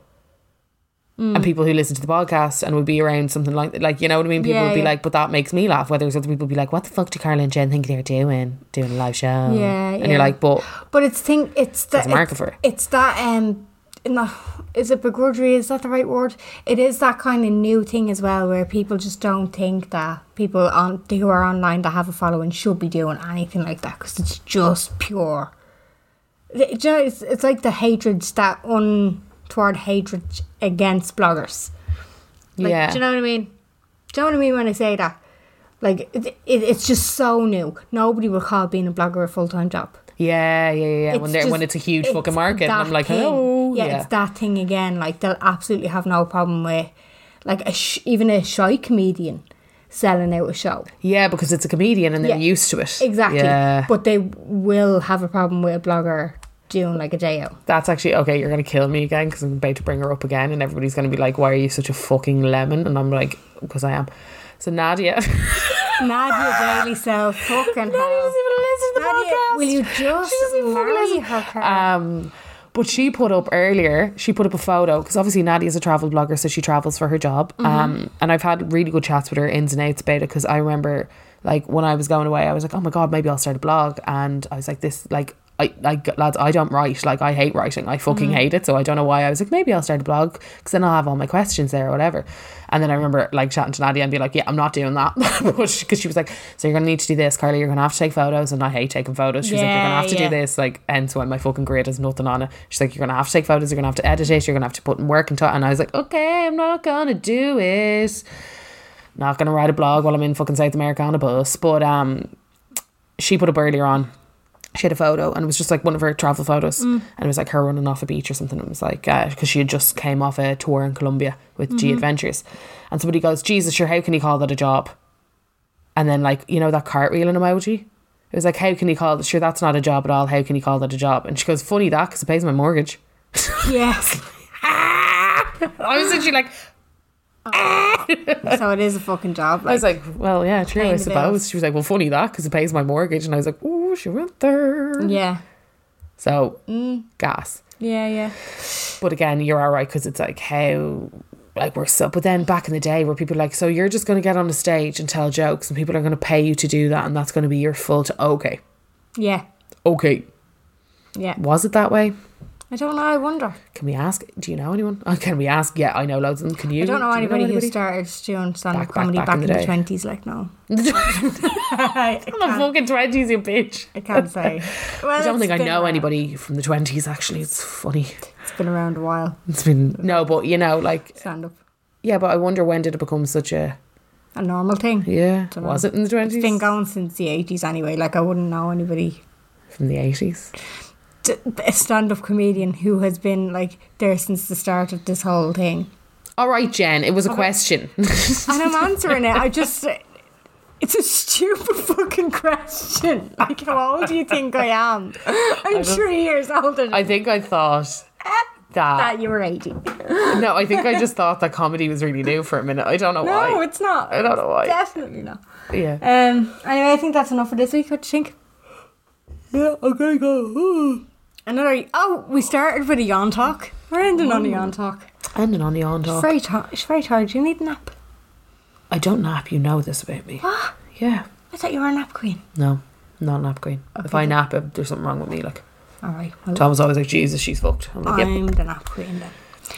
A: Hmm.
B: and people who listen to the podcast and would be around something like like you know what I mean. People
A: Yeah,
B: would be
A: yeah.
B: like, but that makes me laugh. Whether it's other people would be like, what the fuck do Carla and Jen think they're doing doing a live show?
A: Yeah,
B: and
A: yeah.
B: you're like, but
A: But it's thing. It's that.
B: There's a market for it.
A: It's that. Um. No, is it begrudgery? Is that the right word? It is that kind of new thing as well, where people just don't think that people on who are online that have a following should be doing anything like that because it's just pure. It- you know, It's, it's like the hatred that untoward hatred against bloggers. Like,
B: yeah,
A: Do you know what I mean? Do you know what I mean when I say that? Like it, it, it's just so new. Nobody will call being a blogger a full time job.
B: yeah, yeah, yeah. yeah. When
A: It's
B: they're
A: just-
B: when it's a huge fucking
A: it's
B: market, and
A: that
B: I'm like,
A: thing.
B: oh,
A: yeah,
B: yeah,
A: it's that thing again. Like they'll absolutely have no problem with, like a sh- even a shy comedian selling out a show.
B: yeah, because it's a comedian and they're
A: Yeah,
B: used to it.
A: Exactly.
B: Yeah.
A: But they will have a problem with a blogger doing like a day out.
B: That's actually okay. You're gonna kill me again because I'm about to bring her up again, and everybody's gonna be like, "Why are you such a fucking lemon?" And I'm like, "Because I am." So Nadia,
A: Nadia Daily self fucking
B: Nadia
A: hell.
B: doesn't even listen to the
A: Nadia,
B: podcast.
A: will you just
B: She doesn't even fucking
A: marry
B: listen.
A: her, Carl?
B: Um, but she put up earlier. She put up a photo because obviously Nadia's a travel blogger, so she travels for her job. Um, and I've had really good chats with her ins and outs about it because I remember like when I was going away, I was like, oh my god, maybe I'll start a blog, and I was like, this like. I like lads, I don't write. Like I hate writing. I fucking hate it. So I don't know why. I was like, maybe I'll start a blog because then I'll have all my questions there or whatever. And then I remember like chatting to Nadia and be like, yeah, I'm not doing that because she was like, so you're gonna need to do this, Carly. You're gonna have to take photos, and I hate taking photos. She was like, you're gonna
A: Yeah,
B: have to do
A: yeah.
B: this this like and so when my fucking grade has nothing on it she's like you're gonna have to take photos you're gonna have to edit it you're gonna have to put in work and t-. and I was like okay I'm not gonna do it not gonna write a blog while I'm in fucking South America on a bus but um she put up earlier on she had a photo and it was just like one of her travel photos and it was like her running off a beach or something it was like because she had just came off a tour in Colombia with G Adventures and somebody goes Jesus sure how can you call that a job and then like you know that cartwheeling emoji it was like how can you call sure that's not a job at all how can you call that a job and she goes funny that because it pays my mortgage
A: Yes.
B: I was literally like
A: so it is a fucking job.
B: I was
A: Like,
B: like well yeah true I
A: the bills.
B: suppose she was like well funny that because it pays my mortgage and I was like oh she went there
A: yeah.
B: so
A: Mm.
B: gas
A: Yeah, yeah.
B: but again you're all right because it's like how like we're so but then back in the day where people are like so you're just going to get on a stage and tell jokes and people are going to pay you to do that and that's going to be your full to okay
A: Yeah.
B: okay
A: Yeah.
B: was it that way
A: I don't know, I wonder.
B: Can we ask? Do you know anyone? Oh, can we ask? Yeah, I know loads of them. Can you?
A: I don't know
B: do you
A: anybody, who started doing stand
B: Back-
A: up
B: back-
A: comedy
B: back
A: back,
B: in the
A: in
B: day.
A: the twenties. Like no,
B: I'm a fucking twenties, you bitch.
A: I can't say. Well,
B: I don't
A: it's
B: think I
A: been
B: know
A: around.
B: anybody from the twenties. Actually, it's funny.
A: It's been around a while.
B: It's been no, but you know, like
A: Stand up,
B: yeah, but I wonder when did it become such a
A: a normal thing.
B: yeah?
A: Dunno.
B: Was it in the
A: It's been
B: twenties?
A: going since the eighties anyway. Like I wouldn't know anybody
B: From the eighties.
A: t- a stand up comedian who has been like there since the start of this whole thing.
B: All right, Jen. It was a question.
A: And I'm answering it. I just. It's a stupid fucking question. Like, how old do you think I am? I'm three years older than
B: I think I thought that.
A: that. You were 80.
B: No, I think I just thought that comedy was really new for a minute. I don't know why.
A: No, it's not.
B: I don't know why.
A: Definitely not.
B: Yeah.
A: Um. Anyway, I think that's enough for this week. What do you think?
B: yeah. Okay. Go.
A: Another. Oh, we started with a yawn talk. We're ending on a yawn talk.
B: Ending on the on
A: She's
B: talk.
A: very tired. She's very tired. Do you need a nap?
B: I don't nap. You know this about me. Yeah.
A: I thought you were a nap queen.
B: No, not nap queen. If I nap, if there's something wrong with me. Like
A: All right. Well,
B: Tom was always like, Jesus, she's fucked. I'm like, yep,
A: I'm the nap queen then.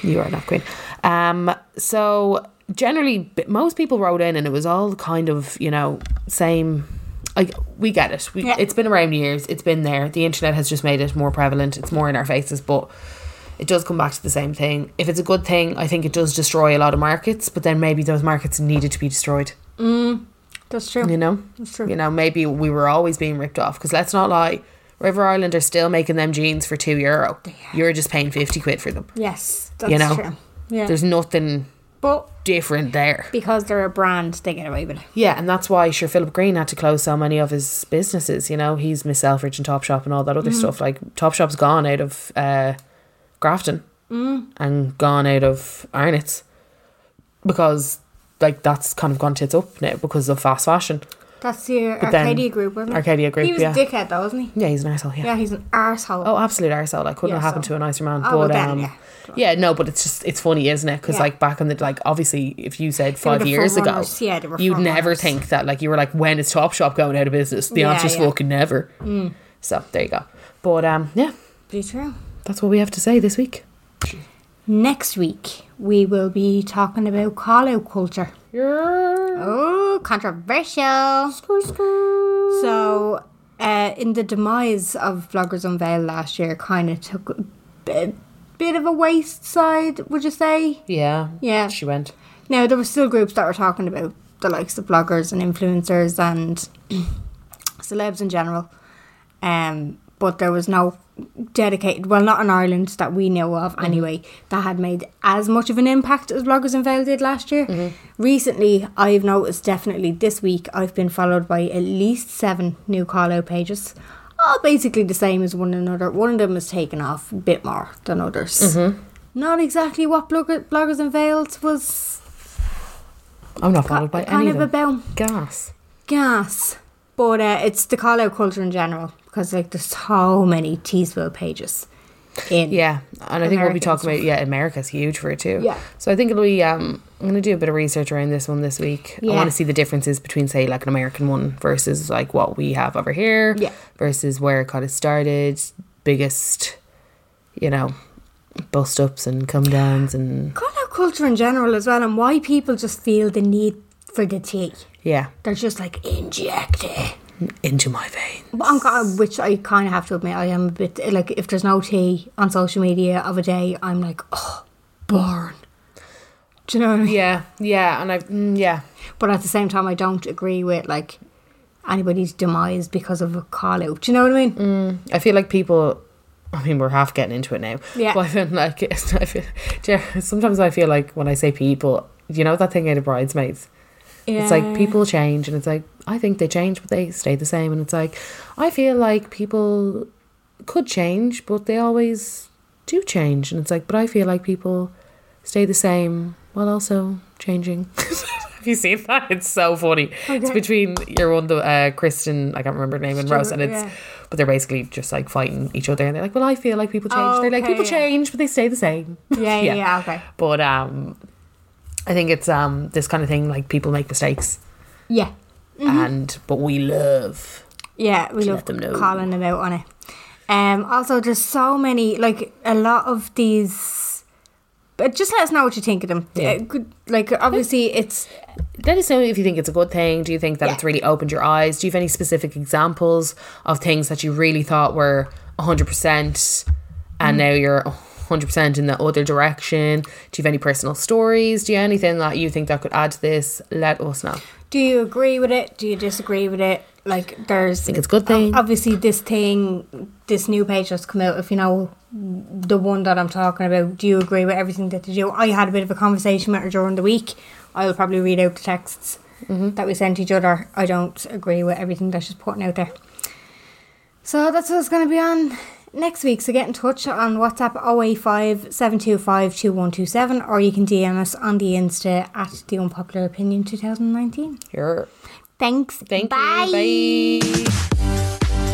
B: you are a nap queen. Um, so generally, b- most people wrote in, and it was all kind of you know same. Like we get it. We,
A: Yeah.
B: It's been around years. It's been there. The internet has just made it more prevalent. It's more in our faces, but. It does come back to the same thing. If it's a good thing, I think it does destroy a lot of markets, but then maybe those markets needed to be destroyed.
A: That's true.
B: You know,
A: That's true.
B: You know, maybe we were always being ripped off because let's not lie, River Island are still making them jeans for two euro. You're just paying fifty quid for them.
A: Yes, that's
B: know,
A: true. Yeah.
B: There's nothing
A: but
B: different there.
A: because they're a brand, they get away with it.
B: Yeah, and that's why sure Philip Green had to close so many of his businesses. You know, he's Miss Selfridge and Topshop and all that other stuff. Like Topshop's gone out of uh, Grafton Mm. and gone out of Arnott's because like that's kind of gone tits up now because of fast fashion.
A: That's the
B: But then-
A: Arcadia group, wasn't it?
B: Arcadia group,
A: He was
B: yeah.
A: a dickhead, though, wasn't he?
B: Yeah, he's an arsehole, yeah.
A: Yeah, he's an arsehole.
B: Oh, absolute arsehole. Like, couldn't
A: Yeah,
B: have happened
A: so-
B: to a nicer man.
A: Oh, well,
B: but,
A: then,
B: um,
A: yeah.
B: yeah. no, but it's just, it's funny, isn't it? Because,
A: Yeah.
B: like, back in the, like, obviously, if you said five
A: the
B: years ago,
A: forerunners. Yeah, they were
B: you'd never
A: forerunners.
B: think that, like, you were like, when is Top Shop going out of business? The
A: Yeah,
B: answer's
A: yeah. Mm.
B: fucking never. So, there you go. But, um, yeah,
A: Be true.
B: that's what we have to say this week.
A: Next week, we will be talking about call out culture. Oh, controversial. So, uh, in the demise of Bloggers Unveiled last year, kind of took a bit, bit of a waste side, would you say?
B: Yeah.
A: Yeah.
B: She went.
A: Now, there were still groups that were talking about the likes of bloggers and influencers and celebs in general. Um, but there was no dedicated, well, not in Ireland that we know of anyway, that had made as much of an impact as Bloggers Unveiled did last year. Recently, I've noticed definitely this week, I've been followed by at least seven new call out pages. All basically the same as one another. One of them has taken off a bit more than others. Not exactly what Blogger, Bloggers Unveiled was
B: I'm not followed by
A: kind
B: any
A: of
B: of them.
A: about
B: Gas.
A: gas. But uh, it's the call out culture in general because like there's so many Teesville pages in
B: Yeah, and I think we'll be
A: American
B: talking about yeah, America's huge for it too.
A: Yeah.
B: So I think it'll be um I'm gonna do a bit of research around this one this week. I
A: Yeah.
B: want to see the differences between say like an American one versus like what we have over here.
A: Yeah.
B: Versus where it kind of started, biggest, you know, bust ups and come downs and
A: call out culture in general as well and why people just feel the need for the tea.
B: yeah,
A: They're just like inject it.
B: into my vein.
A: But I'm, ki- which I kind of have to admit, I am a bit like if there's no tea on social media of a day, I'm like, oh, burn. Do you know what I mean?
B: Yeah, yeah, and I mm, yeah
A: But at the same time, I don't agree with like anybody's demise because of a call out. Do you know what I mean?
B: I feel like people. I mean, we're half getting into it now.
A: Yeah.
B: But I feel like it's- I feel, do you- sometimes I feel like when I say people, you know that thing out of bridesmaids. It's like people change, and it's like I think they change, but they stay the same. And it's like I feel like people could change, but they always do change. And it's like, but I feel like people stay the same while also changing. Have you seen that? It's so funny.
A: Oh,
B: It's between your one, the uh, Kristen, I can't remember her name, and Rose, and it's
A: yeah.
B: but they're basically just like fighting each other, and they're like, well, I feel like people change. they're like
A: Okay,
B: people
A: yeah.
B: change, but they stay the same.
A: Yeah, yeah, yeah, okay.
B: But um, I think it's um this kind of thing like people make mistakes
A: Yeah. Mm-hmm.
B: and but we love
A: Yeah, we
B: To
A: love
B: let them know.
A: calling them out on it. Um, also, there's so many, like, a lot of these. But just let us know what you think of them. Uh, good, like, obviously, it's.
B: let us know if you think it's a good thing do you think that
A: Yeah.
B: it's really opened your eyes do you have any specific examples of things that you really thought were 100% and now you're 100% in the other direction do you have any personal stories do you have anything that you think that could add to this let us know
A: Do you agree with it? Do you disagree with it? Like, there's.
B: think it's a good thing.
A: Obviously, this thing, this new page that's come out, if you know the one that I'm talking about, do you agree with everything that they do? I had a bit of a conversation with her during the week. I'll probably read out the texts
B: Mm-hmm.
A: that we sent each other. I don't agree with everything that she's putting out there. So that's what's going to be on next week. So get in touch on WhatsApp 085 725 2127 or you can DM us on the Insta at The Unpopular Opinion 2019.
B: Here.
A: Thanks.
B: thank
E: Bye.
B: you bye